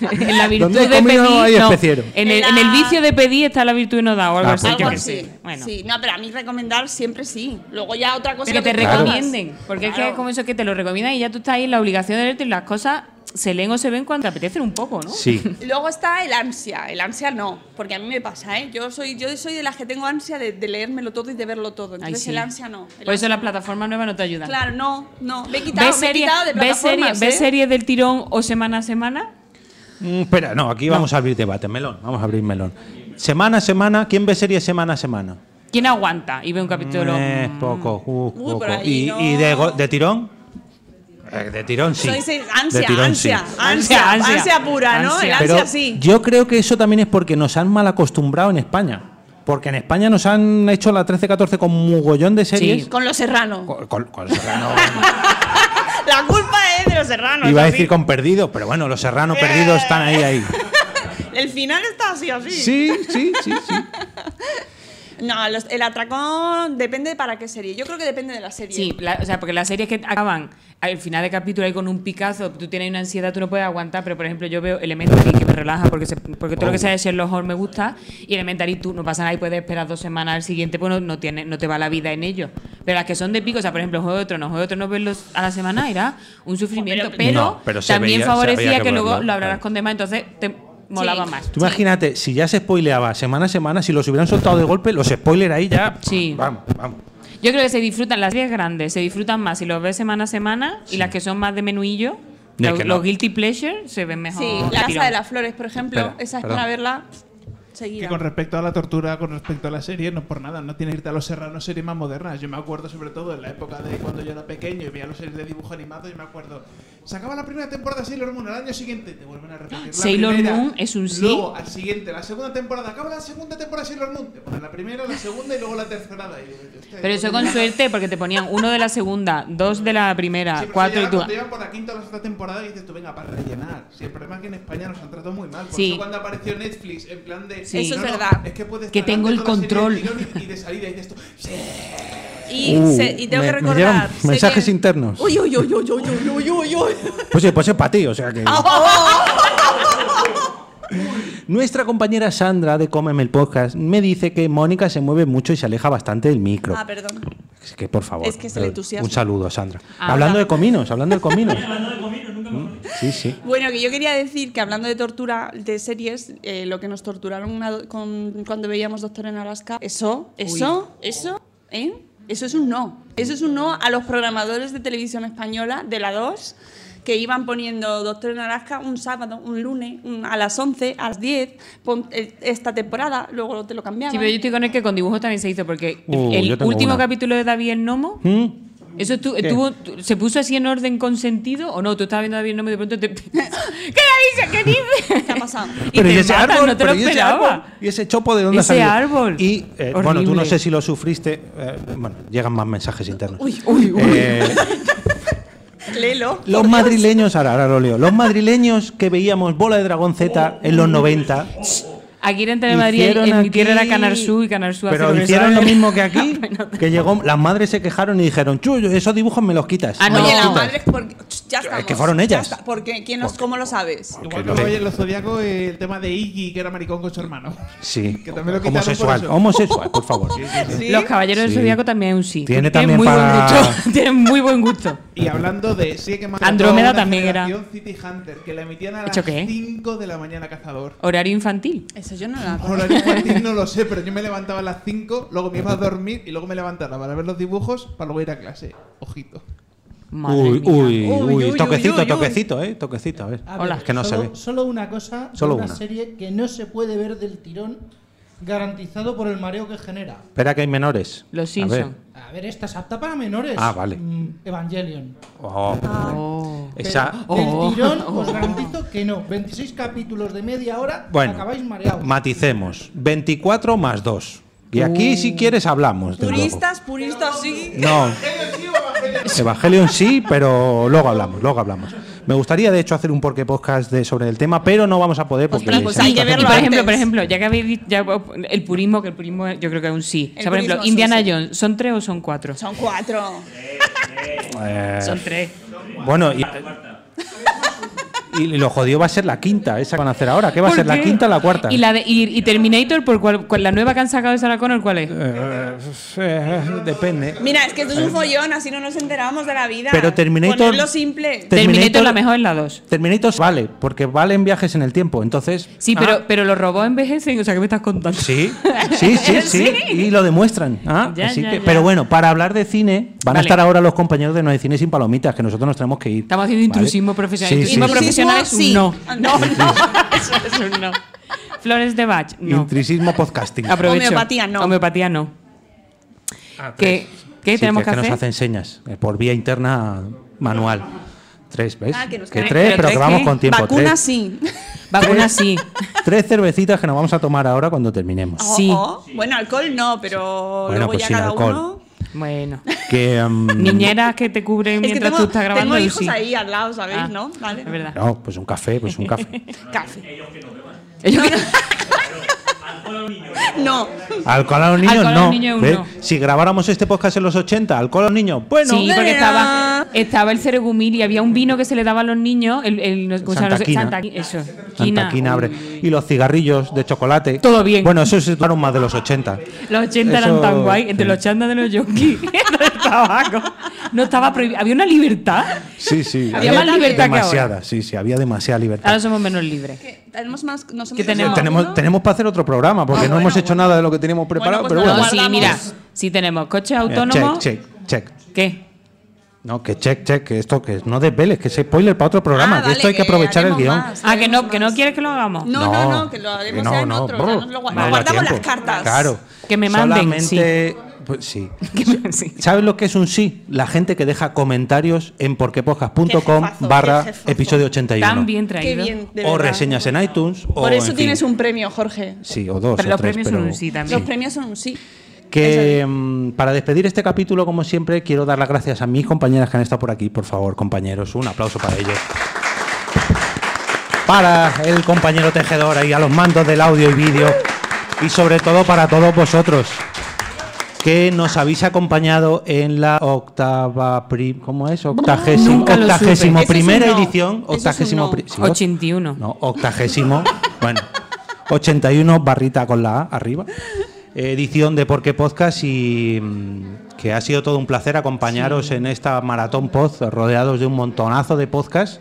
Speaker 3: en la virtud
Speaker 1: Donde hay
Speaker 3: de
Speaker 1: comino,
Speaker 3: pedir,
Speaker 1: hay
Speaker 3: no.
Speaker 1: especiero.
Speaker 3: En el,
Speaker 2: En
Speaker 3: en el
Speaker 2: la-
Speaker 3: vicio de pedir está la virtud y no da o algo
Speaker 1: Ah,
Speaker 3: así.
Speaker 1: pues
Speaker 3: yo
Speaker 2: Algo
Speaker 3: qué
Speaker 2: así.
Speaker 3: sé. Bueno.
Speaker 2: Sí, no, pero a mí recomendar siempre sí. Luego ya otra cosa
Speaker 3: Pero
Speaker 2: que
Speaker 3: que te
Speaker 1: Claro.
Speaker 3: recomienden. Porque es que
Speaker 2: Claro.
Speaker 3: es como eso que te lo recomiendan y ya tú estás ahí en la obligación de leerte y las cosas se leen o se ven cuando te apetecen un poco, ¿no?
Speaker 1: Sí.
Speaker 2: Luego está el ansia. El ansia no, porque a mí me pasa, ¿eh? Yo soy, yo soy de las que tengo ansia de, de leérmelo todo y de verlo todo.
Speaker 3: Ay,
Speaker 2: Entonces
Speaker 3: sí.
Speaker 2: el ansia no. El
Speaker 3: Por eso
Speaker 2: ansia
Speaker 3: las
Speaker 2: no.
Speaker 3: plataformas nuevas no te ayudan.
Speaker 2: Claro, no, no. Me he quitado,
Speaker 3: ¿Ves
Speaker 2: me he
Speaker 3: series
Speaker 2: quitado de
Speaker 3: ves series-
Speaker 2: plataformas.
Speaker 3: ves
Speaker 2: ¿eh?
Speaker 3: series del tirón o semana a semana?
Speaker 1: Mm, espera, no, aquí vamos a abrir debate, melón. Vamos a abrir melón. Semana a semana, ¿quién ve series semana a semana?
Speaker 3: ¿Quién aguanta y ve un capítulo?
Speaker 1: Eh,
Speaker 3: Mm.
Speaker 1: poco, uh,
Speaker 2: Uy,
Speaker 1: poco.
Speaker 2: por ahí
Speaker 1: ¿Y,
Speaker 2: no.
Speaker 1: y de, go- de tirón? Eh, de tirón sí.
Speaker 2: Soy se- ansia,
Speaker 1: de tirón
Speaker 2: ansia,
Speaker 1: sí.
Speaker 2: ansia,
Speaker 3: Ansia, ansia.
Speaker 2: ansia, pura, ¿no? El
Speaker 3: Ansia.
Speaker 2: ansia sí.
Speaker 1: Yo creo que eso también es porque nos han mal acostumbrado en España. Porque en España nos han hecho la 13-14 con mogollón de series.
Speaker 2: Con los serranos.
Speaker 1: Con, con- con Serrano.
Speaker 2: La culpa es de los serranos.
Speaker 1: Iba a
Speaker 2: así.
Speaker 1: decir con perdidos, pero bueno, los serranos perdidos están ahí, ahí.
Speaker 2: El final está así, así.
Speaker 1: Sí, sí, sí, sí.
Speaker 2: No, los- el atracón depende de para qué serie. Yo creo que depende de la serie.
Speaker 3: Sí, la- o sea, porque las series que acaban al final de capítulo ahí con un picazo, tú tienes una ansiedad, tú no puedes aguantar, pero por ejemplo yo veo Elementary que me relaja porque, se- porque todo lo que sea de Sherlock Holmes me gusta y Elementary tú no pasa nada y puedes esperar dos semanas al siguiente, pues no, no tiene, no te va la vida en ello. Pero las que son de pico, o sea, por ejemplo Juego de Tronos, Juego de Tronos verlos a la semana era un sufrimiento, pero,
Speaker 1: No, pero se
Speaker 3: también
Speaker 1: veía- se
Speaker 3: favorecía
Speaker 1: había
Speaker 3: que,
Speaker 1: que
Speaker 3: luego
Speaker 1: verlo,
Speaker 3: lo hablaras
Speaker 1: claro.
Speaker 3: con demás, entonces te molaba
Speaker 2: Sí.
Speaker 3: más.
Speaker 1: Tú imagínate, si ya se spoileaba semana a semana, si los hubieran soltado de golpe, los spoilers ahí ya.
Speaker 3: Sí.
Speaker 1: Vamos, vamos.
Speaker 3: Yo creo que se disfrutan las series grandes, se disfrutan más si los ves semana a semana y las que son más de menuillo,
Speaker 1: No, es
Speaker 3: los,
Speaker 1: que no.
Speaker 3: los guilty pleasure se ven mejor.
Speaker 2: Sí,
Speaker 3: de
Speaker 2: la
Speaker 3: tirón.
Speaker 2: casa de las flores, por ejemplo,
Speaker 1: Espera,
Speaker 2: esa es
Speaker 1: perdón.
Speaker 2: para verla. seguida.
Speaker 8: Que con respecto a la tortura, con respecto a la serie, no por nada, no tiene que irte a los serranos series más modernas. Yo me acuerdo sobre todo en la época de cuando yo era pequeño y veía los series de dibujo animado, yo me acuerdo. Se acaba la primera temporada de Sailor Moon, al año siguiente te vuelven a repetir la
Speaker 3: Sailor
Speaker 8: primera.
Speaker 3: Moon es un sí.
Speaker 8: Luego, al siguiente, la segunda temporada, acaba la segunda temporada de Sailor Moon, te ponen la primera, la segunda y luego la tercera. Y yo, "Hostia,
Speaker 3: Pero eso con suerte, porque te ponían uno de la segunda, dos de la primera,
Speaker 8: Sí, pero
Speaker 3: cuatro
Speaker 8: ya
Speaker 3: y tú.
Speaker 8: cuando iban por la quinta o la sexta temporada y dices tú, venga, para rellenar. Sí, el problema es que en España nos han tratado muy mal. Por
Speaker 3: Sí.
Speaker 8: eso cuando apareció Netflix, en plan de.
Speaker 3: Sí. Eso es
Speaker 8: "No, no,
Speaker 2: verdad.
Speaker 8: es que puedes.
Speaker 3: Que tengo
Speaker 8: tragarte
Speaker 3: el
Speaker 8: toda la serie del
Speaker 3: control".
Speaker 8: tirón Y, y de salida y dices tú, sí.
Speaker 2: Y,
Speaker 1: Uh,
Speaker 2: se- y tengo
Speaker 1: me- me
Speaker 2: que recordar.
Speaker 1: llegan
Speaker 2: sé que-
Speaker 1: mensajes internos.
Speaker 2: Uy, uy, uy, uy, uy, uy, uy, uy.
Speaker 1: Pues sí, pues es para ti, o sea que.
Speaker 2: Oh.
Speaker 1: Nuestra compañera Sandra de Cómeme el Podcast me dice que Mónica se mueve mucho y se aleja bastante del micro.
Speaker 2: Ah, perdón.
Speaker 1: Es que por favor. eh,
Speaker 2: Es que se le entusiasma.
Speaker 1: Un saludo, Sandra.
Speaker 2: Ah,
Speaker 1: hablando
Speaker 2: hola.
Speaker 1: de cominos, hablando de cominos. Mm, Sí, sí.
Speaker 2: Bueno, que yo quería decir que hablando de tortura de series, eh, lo que nos torturaron una- con- cuando veíamos Doctor en Alaska, eso, eso, eso, ¿eh? Eso es un no. Eso es un no a los programadores de televisión española de la 2 que iban poniendo Doctor en Alaska un sábado, un lunes, un- a las 11, a las 10, pon- eh, esta temporada, luego te lo cambiaban.
Speaker 3: Sí, pero yo estoy con el que con dibujos también se hizo, porque
Speaker 1: Uh,
Speaker 3: el
Speaker 1: yo tengo
Speaker 3: último
Speaker 1: una.
Speaker 3: capítulo de David el Nomo,
Speaker 1: ¿Mm?
Speaker 3: eso tu-
Speaker 1: ¿Qué?
Speaker 3: tuvo- tu- ¿se puso así en orden consentido o no? Tú estabas viendo a David el Nomo y de pronto te. ¿Qué dice? ¿Qué dice?
Speaker 2: ¿Qué ha pasado?
Speaker 3: Y te matan, no te lo
Speaker 1: pero ¿y ese
Speaker 3: esperaba.
Speaker 1: árbol? ¿Y ese chopo de dónde ha
Speaker 3: Ese
Speaker 1: salido?
Speaker 3: árbol.
Speaker 1: Y eh, bueno, tú no
Speaker 3: Horrible.
Speaker 1: sé si lo sufriste. eh, bueno, llegan más mensajes internos.
Speaker 2: Uy, uy, uy.
Speaker 1: Eh,
Speaker 2: Léelo.
Speaker 1: Los madrileños, ahora, ahora lo leo, los madrileños que veíamos Bola de Dragón Z en los 90,
Speaker 3: Aquí en Telemadrid,
Speaker 1: Hicieron
Speaker 3: en mi
Speaker 1: aquí-
Speaker 3: tierra era Canarsu y Canarsu hace
Speaker 1: pero
Speaker 3: que
Speaker 1: hicieron
Speaker 3: sabe.
Speaker 1: lo mismo que aquí,
Speaker 3: Bueno,
Speaker 1: que llegó, las madres se quejaron y dijeron, chuyo, esos dibujos me los quitas.
Speaker 3: Ah,
Speaker 1: me
Speaker 3: no.
Speaker 1: los
Speaker 2: Oye, las
Speaker 1: quitas".
Speaker 2: madres, porque- ya estamos.
Speaker 1: eh, que fueron
Speaker 2: ya
Speaker 1: ellas.
Speaker 2: está. ¿Por qué? ¿Quién los, ¿Cómo lo sabes?
Speaker 8: Igual
Speaker 1: no
Speaker 8: que
Speaker 1: te-
Speaker 8: hoy en los Zodíaco eh, el tema de Iggy, que era maricón con su hermano.
Speaker 1: Sí,
Speaker 8: Que también lo quitaron
Speaker 1: homosexual,
Speaker 8: por eso.
Speaker 1: homosexual, por favor.
Speaker 3: Los caballeros
Speaker 1: Sí.
Speaker 3: del Zodíaco también es un sí.
Speaker 1: Tiene
Speaker 3: Tienen
Speaker 1: también
Speaker 3: muy
Speaker 1: para-
Speaker 3: buen gusto. Tienen muy buen gusto.
Speaker 8: Y hablando de. Sí, que más.
Speaker 3: Andrómeda también era.
Speaker 8: City Hunter, que la emitían a las
Speaker 3: ¿Hecho qué?
Speaker 8: 5 de la mañana, cazador.
Speaker 3: Horario infantil.
Speaker 2: Eso yo no la
Speaker 8: Horario infantil no lo sé, pero yo me levantaba a las 5, luego me iba a dormir y luego me levantaba para ver los dibujos para luego ir a clase. Ojito.
Speaker 3: Madre
Speaker 1: Uy,
Speaker 3: mía.
Speaker 1: uy,
Speaker 11: Uy, uy,
Speaker 1: uy,
Speaker 11: uy,
Speaker 1: toquecito,
Speaker 11: uy, uy.
Speaker 1: toquecito, eh, toquecito, a ver.
Speaker 11: A
Speaker 3: Hola.
Speaker 1: Es que no se
Speaker 11: solo,
Speaker 1: ve.
Speaker 11: Solo una cosa, de
Speaker 1: Solo
Speaker 11: una,
Speaker 1: una.
Speaker 11: serie que no se puede ver del tirón, garantizado por el mareo que genera.
Speaker 1: Espera que hay menores.
Speaker 3: Los
Speaker 1: A ver.
Speaker 3: Simpson.
Speaker 11: A ver, esta es apta para menores.
Speaker 1: Ah, vale.
Speaker 11: Mm, Evangelion.
Speaker 1: Oh,
Speaker 3: Oh.
Speaker 1: esa,
Speaker 11: Pero
Speaker 3: Oh.
Speaker 11: Del tirón, os
Speaker 2: pues,
Speaker 11: garantizo que no. 26 capítulos de media hora,
Speaker 1: Bueno,
Speaker 11: acabáis mareados.
Speaker 1: maticemos. 24 más 2. Y
Speaker 3: Uh.
Speaker 1: aquí, si quieres, hablamos. de luego.
Speaker 2: Turistas, puristas, sí.
Speaker 1: No. Evangelion sí, pero luego hablamos, luego hablamos. Me gustaría, de hecho, hacer un porqué podcast de, sobre el tema, pero no vamos a poder porque...
Speaker 2: Otra
Speaker 3: pues
Speaker 2: cosa,
Speaker 1: se nos
Speaker 2: pues, hay
Speaker 1: hace
Speaker 2: que verlo
Speaker 1: muy
Speaker 3: Y
Speaker 1: tarde.
Speaker 3: por ejemplo, por
Speaker 2: antes.
Speaker 3: ejemplo, ya que habéis dicho ya, oh, el purismo, que el purismo yo creo que es un sí. O
Speaker 2: El
Speaker 3: sea, por
Speaker 2: purismo
Speaker 3: ejemplo,
Speaker 2: es un
Speaker 3: Indiana
Speaker 2: sí.
Speaker 3: Jones, ¿son tres o son cuatro?
Speaker 2: Son cuatro.
Speaker 1: Eh,
Speaker 3: Son tres.
Speaker 1: bueno, y, y lo jodido va a ser la quinta, esa que van a hacer ahora. ¿Qué va a
Speaker 3: ¿Por
Speaker 1: ser, la
Speaker 3: qué?
Speaker 1: quinta o la cuarta?
Speaker 3: ¿Y, la de, y, y Terminator, por cuál, cuál- la nueva que han sacado de Sarah Connor, cuál es?
Speaker 1: Eh, eh, depende.
Speaker 2: Mira, es que esto es un follón, así no nos enterábamos de la vida.
Speaker 1: Pero Terminator-
Speaker 2: Ponerlo simple.
Speaker 1: Te-
Speaker 3: Terminator,
Speaker 1: Terminator-
Speaker 3: la mejor es la dos.
Speaker 1: Terminator vale, porque valen viajes en el tiempo, entonces...
Speaker 3: Sí,
Speaker 1: Ah,
Speaker 3: pero, pero los robots envejecen, o sea, ¿qué me estás contando?
Speaker 1: Sí, sí, sí, sí, y lo demuestran. Ah,
Speaker 3: Ya,
Speaker 1: así
Speaker 3: ya,
Speaker 1: que-
Speaker 3: ya.
Speaker 1: Pero bueno, para hablar de cine, van a
Speaker 3: Vale.
Speaker 1: estar ahora los compañeros de No hay Cine sin Palomitas, que nosotros nos tenemos que ir.
Speaker 3: Estamos haciendo
Speaker 1: ¿vale?
Speaker 3: intrusismo profesional.
Speaker 1: Sí,
Speaker 3: intrusismo
Speaker 1: sí, sí.
Speaker 3: profesional es un
Speaker 2: Sí.
Speaker 3: no.
Speaker 2: Ah,
Speaker 3: No, no, eso es un no. Flores de Bach, no.
Speaker 1: Intrusismo podcasting.
Speaker 3: Aprovecho.
Speaker 2: Homeopatía, no.
Speaker 3: Homeopatía, no. ¿Qué, qué
Speaker 1: Ah, Sí,
Speaker 3: tenemos
Speaker 1: que,
Speaker 3: que,
Speaker 1: es que nos
Speaker 3: hacer?
Speaker 1: hacen señas eh, por vía interna manual. Tres, ¿ves?
Speaker 2: Ah, que nos
Speaker 1: que
Speaker 2: quedan-
Speaker 1: tres,
Speaker 3: pero
Speaker 1: pero que
Speaker 3: tres
Speaker 1: vamos
Speaker 3: qué?
Speaker 1: con tiempo.
Speaker 2: Vacuna
Speaker 1: tres,
Speaker 2: sí.
Speaker 3: Vacunas sí.
Speaker 1: tres cervecitas que nos vamos a tomar ahora cuando terminemos.
Speaker 2: Oh,
Speaker 3: Sí.
Speaker 2: oh. Bueno, alcohol no, pero
Speaker 1: Bueno,
Speaker 2: luego
Speaker 1: pues
Speaker 2: ya
Speaker 1: sin
Speaker 2: cada
Speaker 1: alcohol.
Speaker 2: uno.
Speaker 3: Bueno.
Speaker 1: Que, um,
Speaker 3: Niñeras que te cubren
Speaker 2: Es que
Speaker 3: mientras
Speaker 2: tengo,
Speaker 3: tú estás grabando.
Speaker 2: tengo
Speaker 3: el
Speaker 2: hijos
Speaker 3: sí.
Speaker 2: ahí al lado, ¿sabéis?
Speaker 3: Ah,
Speaker 2: ¿No? Vale.
Speaker 3: Es verdad.
Speaker 1: No, pues un café, pues un café.
Speaker 2: Café.
Speaker 3: Ellos que-
Speaker 2: Pues No.
Speaker 1: Alcohol a los niños
Speaker 3: Alcohol a
Speaker 1: no.
Speaker 3: los niños,
Speaker 1: ¿ves?
Speaker 3: no.
Speaker 1: Si grabáramos este podcast en los 80, alcohol a los niños, bueno,
Speaker 3: sí, porque estaba, estaba el ceregumil y había un vino que se le daba a los niños. El, el, no- ¿cómo se llama?
Speaker 1: Santa Quina.
Speaker 3: Santa Qui- eso.
Speaker 1: Santa Quina abre. Y los cigarrillos de chocolate.
Speaker 3: Todo bien.
Speaker 1: Bueno, esos se tomaron más de los 80.
Speaker 3: Los 80
Speaker 1: Eso-
Speaker 3: eran tan guay,
Speaker 1: sí.
Speaker 3: entre los chandas de los yonkis, el tabaco. No estaba prohibido. Había una libertad.
Speaker 1: Sí, sí.
Speaker 3: Había más libertad que
Speaker 1: Demasiada, sí, sí, había demasiada libertad.
Speaker 3: Ahora somos menos libres.
Speaker 2: Que Tenemos más. No somos
Speaker 3: ¿Qué tenemos?
Speaker 1: Tenemos, tenemos para hacer otro programa, porque
Speaker 2: Ah,
Speaker 1: no
Speaker 2: bueno,
Speaker 1: hemos hecho
Speaker 2: bueno.
Speaker 1: nada de lo que teníamos preparado,
Speaker 2: Bueno,
Speaker 1: pero
Speaker 2: pues
Speaker 3: No,
Speaker 2: nada,
Speaker 1: bueno.
Speaker 3: sí, eh,
Speaker 2: guardamos.
Speaker 3: mira, si tenemos coches
Speaker 1: Mira,
Speaker 3: autónomos,
Speaker 1: Check, check, check.
Speaker 3: ¿qué?
Speaker 1: No, que check, check, que esto que es- no desveles, que es spoiler para otro programa.
Speaker 2: Ah,
Speaker 1: de esto
Speaker 2: vale,
Speaker 1: hay que
Speaker 2: que
Speaker 1: aprovechar el
Speaker 2: haremos
Speaker 1: guión.
Speaker 2: más.
Speaker 3: Ah, que no, que no quieres que lo hagamos.
Speaker 2: No, no, no, que lo haremos ya en otro, ya nos lo guarda-
Speaker 1: da
Speaker 2: guardamos
Speaker 1: tiempo.
Speaker 2: las cartas.
Speaker 1: Claro.
Speaker 3: Que me manden,
Speaker 1: Solamente- pues sí. ¿Sabes lo que es un sí? La gente que deja comentarios en
Speaker 2: Qué
Speaker 1: porquepodcast.com
Speaker 2: jefazo,
Speaker 1: barra
Speaker 2: qué jefazo.
Speaker 1: episodio 81.
Speaker 3: Tan bien traído.
Speaker 2: Qué bien, de
Speaker 1: o
Speaker 2: verdad.
Speaker 1: reseñas en iTunes. o
Speaker 2: Por eso
Speaker 1: en
Speaker 2: tienes
Speaker 1: fin.
Speaker 2: un premio, Jorge.
Speaker 1: Sí, o dos. o
Speaker 3: Pero los
Speaker 1: tres,
Speaker 3: premios son
Speaker 1: pero-
Speaker 3: un sí también.
Speaker 2: Los premios son un sí.
Speaker 1: Que mm, para despedir este capítulo, como siempre, quiero dar las gracias a mis compañeras que han estado por aquí. Por favor, compañeros, un aplauso para ellos. Para el compañero tejedor y a los mandos del audio y vídeo. Y sobre todo para todos vosotros que nos habéis acompañado en la octava pri- ¿cómo es? Octagésimo,
Speaker 3: Nunca lo supe.
Speaker 1: octagésimo
Speaker 3: Eso es un
Speaker 1: primera
Speaker 3: no.
Speaker 1: edición,
Speaker 3: Eso es un
Speaker 1: octagésimo
Speaker 3: no.
Speaker 1: pri- sí,
Speaker 3: 81.
Speaker 1: no, octagésimo. bueno, 81 barrita con la A arriba. Edición de Porque Podcast y mm, que ha sido todo un placer acompañaros en esta maratón pod rodeados de un montonazo de podcasts.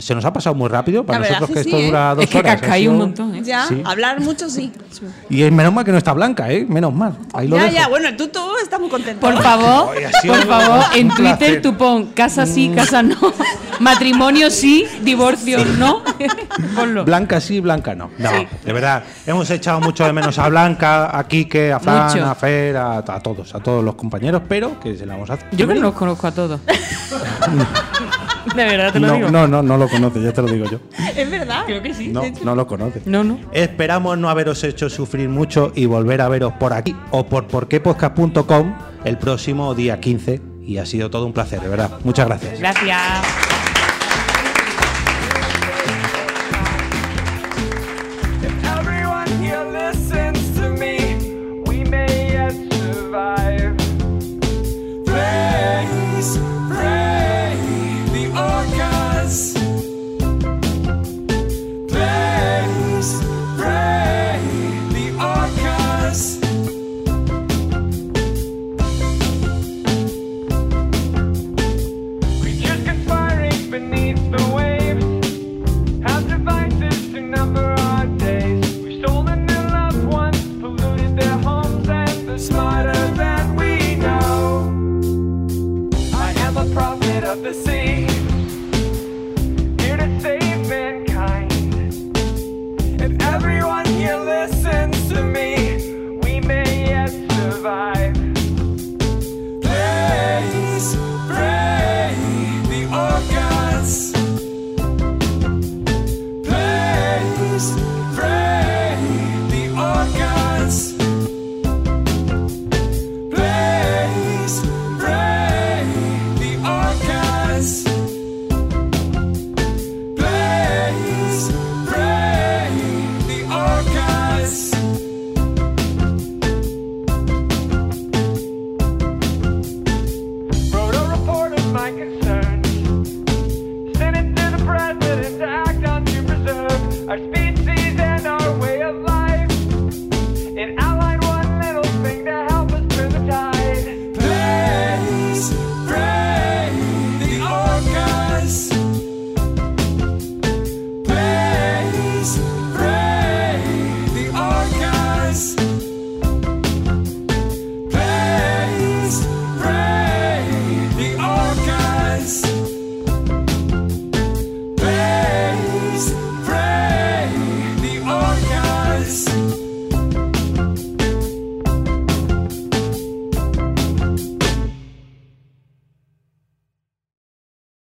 Speaker 1: Se nos ha pasado muy rápido para
Speaker 2: La verdad
Speaker 1: nosotros que,
Speaker 2: que sí,
Speaker 1: esto
Speaker 2: ¿eh?
Speaker 1: dura dos
Speaker 3: Es que
Speaker 1: horas. ha
Speaker 3: cascáis
Speaker 1: sido-
Speaker 3: un montón, ¿eh?
Speaker 2: Ya,
Speaker 1: Sí.
Speaker 2: hablar mucho sí.
Speaker 1: Y es menos mal que no está blanca, ¿eh? Menos mal. Ahí lo
Speaker 2: Ya,
Speaker 1: dejo.
Speaker 2: ya, bueno, tú todo está muy contento.
Speaker 3: Por favor,
Speaker 1: Ay, ha sido
Speaker 3: por favor,
Speaker 1: un
Speaker 3: en
Speaker 1: placer.
Speaker 3: Twitter tú pon casa
Speaker 1: Mm.
Speaker 3: sí, casa no, matrimonio sí, divorcio no. Ponlo.
Speaker 1: Blanca sí, Blanca no. No, de verdad. Hemos echado mucho de menos a Blanca, a Quique, a Fran,
Speaker 3: Mucho.
Speaker 1: a Fer, a, a todos, a todos los compañeros, pero que se la vamos a hacer.
Speaker 3: Yo que no los conozco a todos. De verdad te lo
Speaker 1: No,
Speaker 3: digo.
Speaker 1: no, no, no lo conoce, ya te lo digo yo.
Speaker 2: Es verdad.
Speaker 3: Creo que sí.
Speaker 1: No, no lo conoce.
Speaker 3: No, no.
Speaker 1: Esperamos no haberos hecho sufrir mucho y volver a veros por aquí o por porquepodcast.com el próximo día 15. Y ha sido todo un placer, de verdad. Muchas gracias.
Speaker 3: Gracias.
Speaker 12: Everyone here listens to me. We may yet survive. Praise, pray, the orcas. Praise, pray, the orcas. Creatures conspiring beneath the waves have devices to number our days. We've stolen their loved ones, polluted their homes, and the smarter that we know. I am a prophet of the sea, here to save mankind. If everyone here listens to me, we may yet survive. Praise, pray, the orcas. Praise, pray, the orcas. Praise, pray, the orcas. Praise, pray, the orcas. Wrote a report of my concerns. Send it to the president to act on to preserve our species and our way of life. And outline one little thing to help us turn the tide. Praise, pray, the orcas. Praise, pray, the orcas. Praise,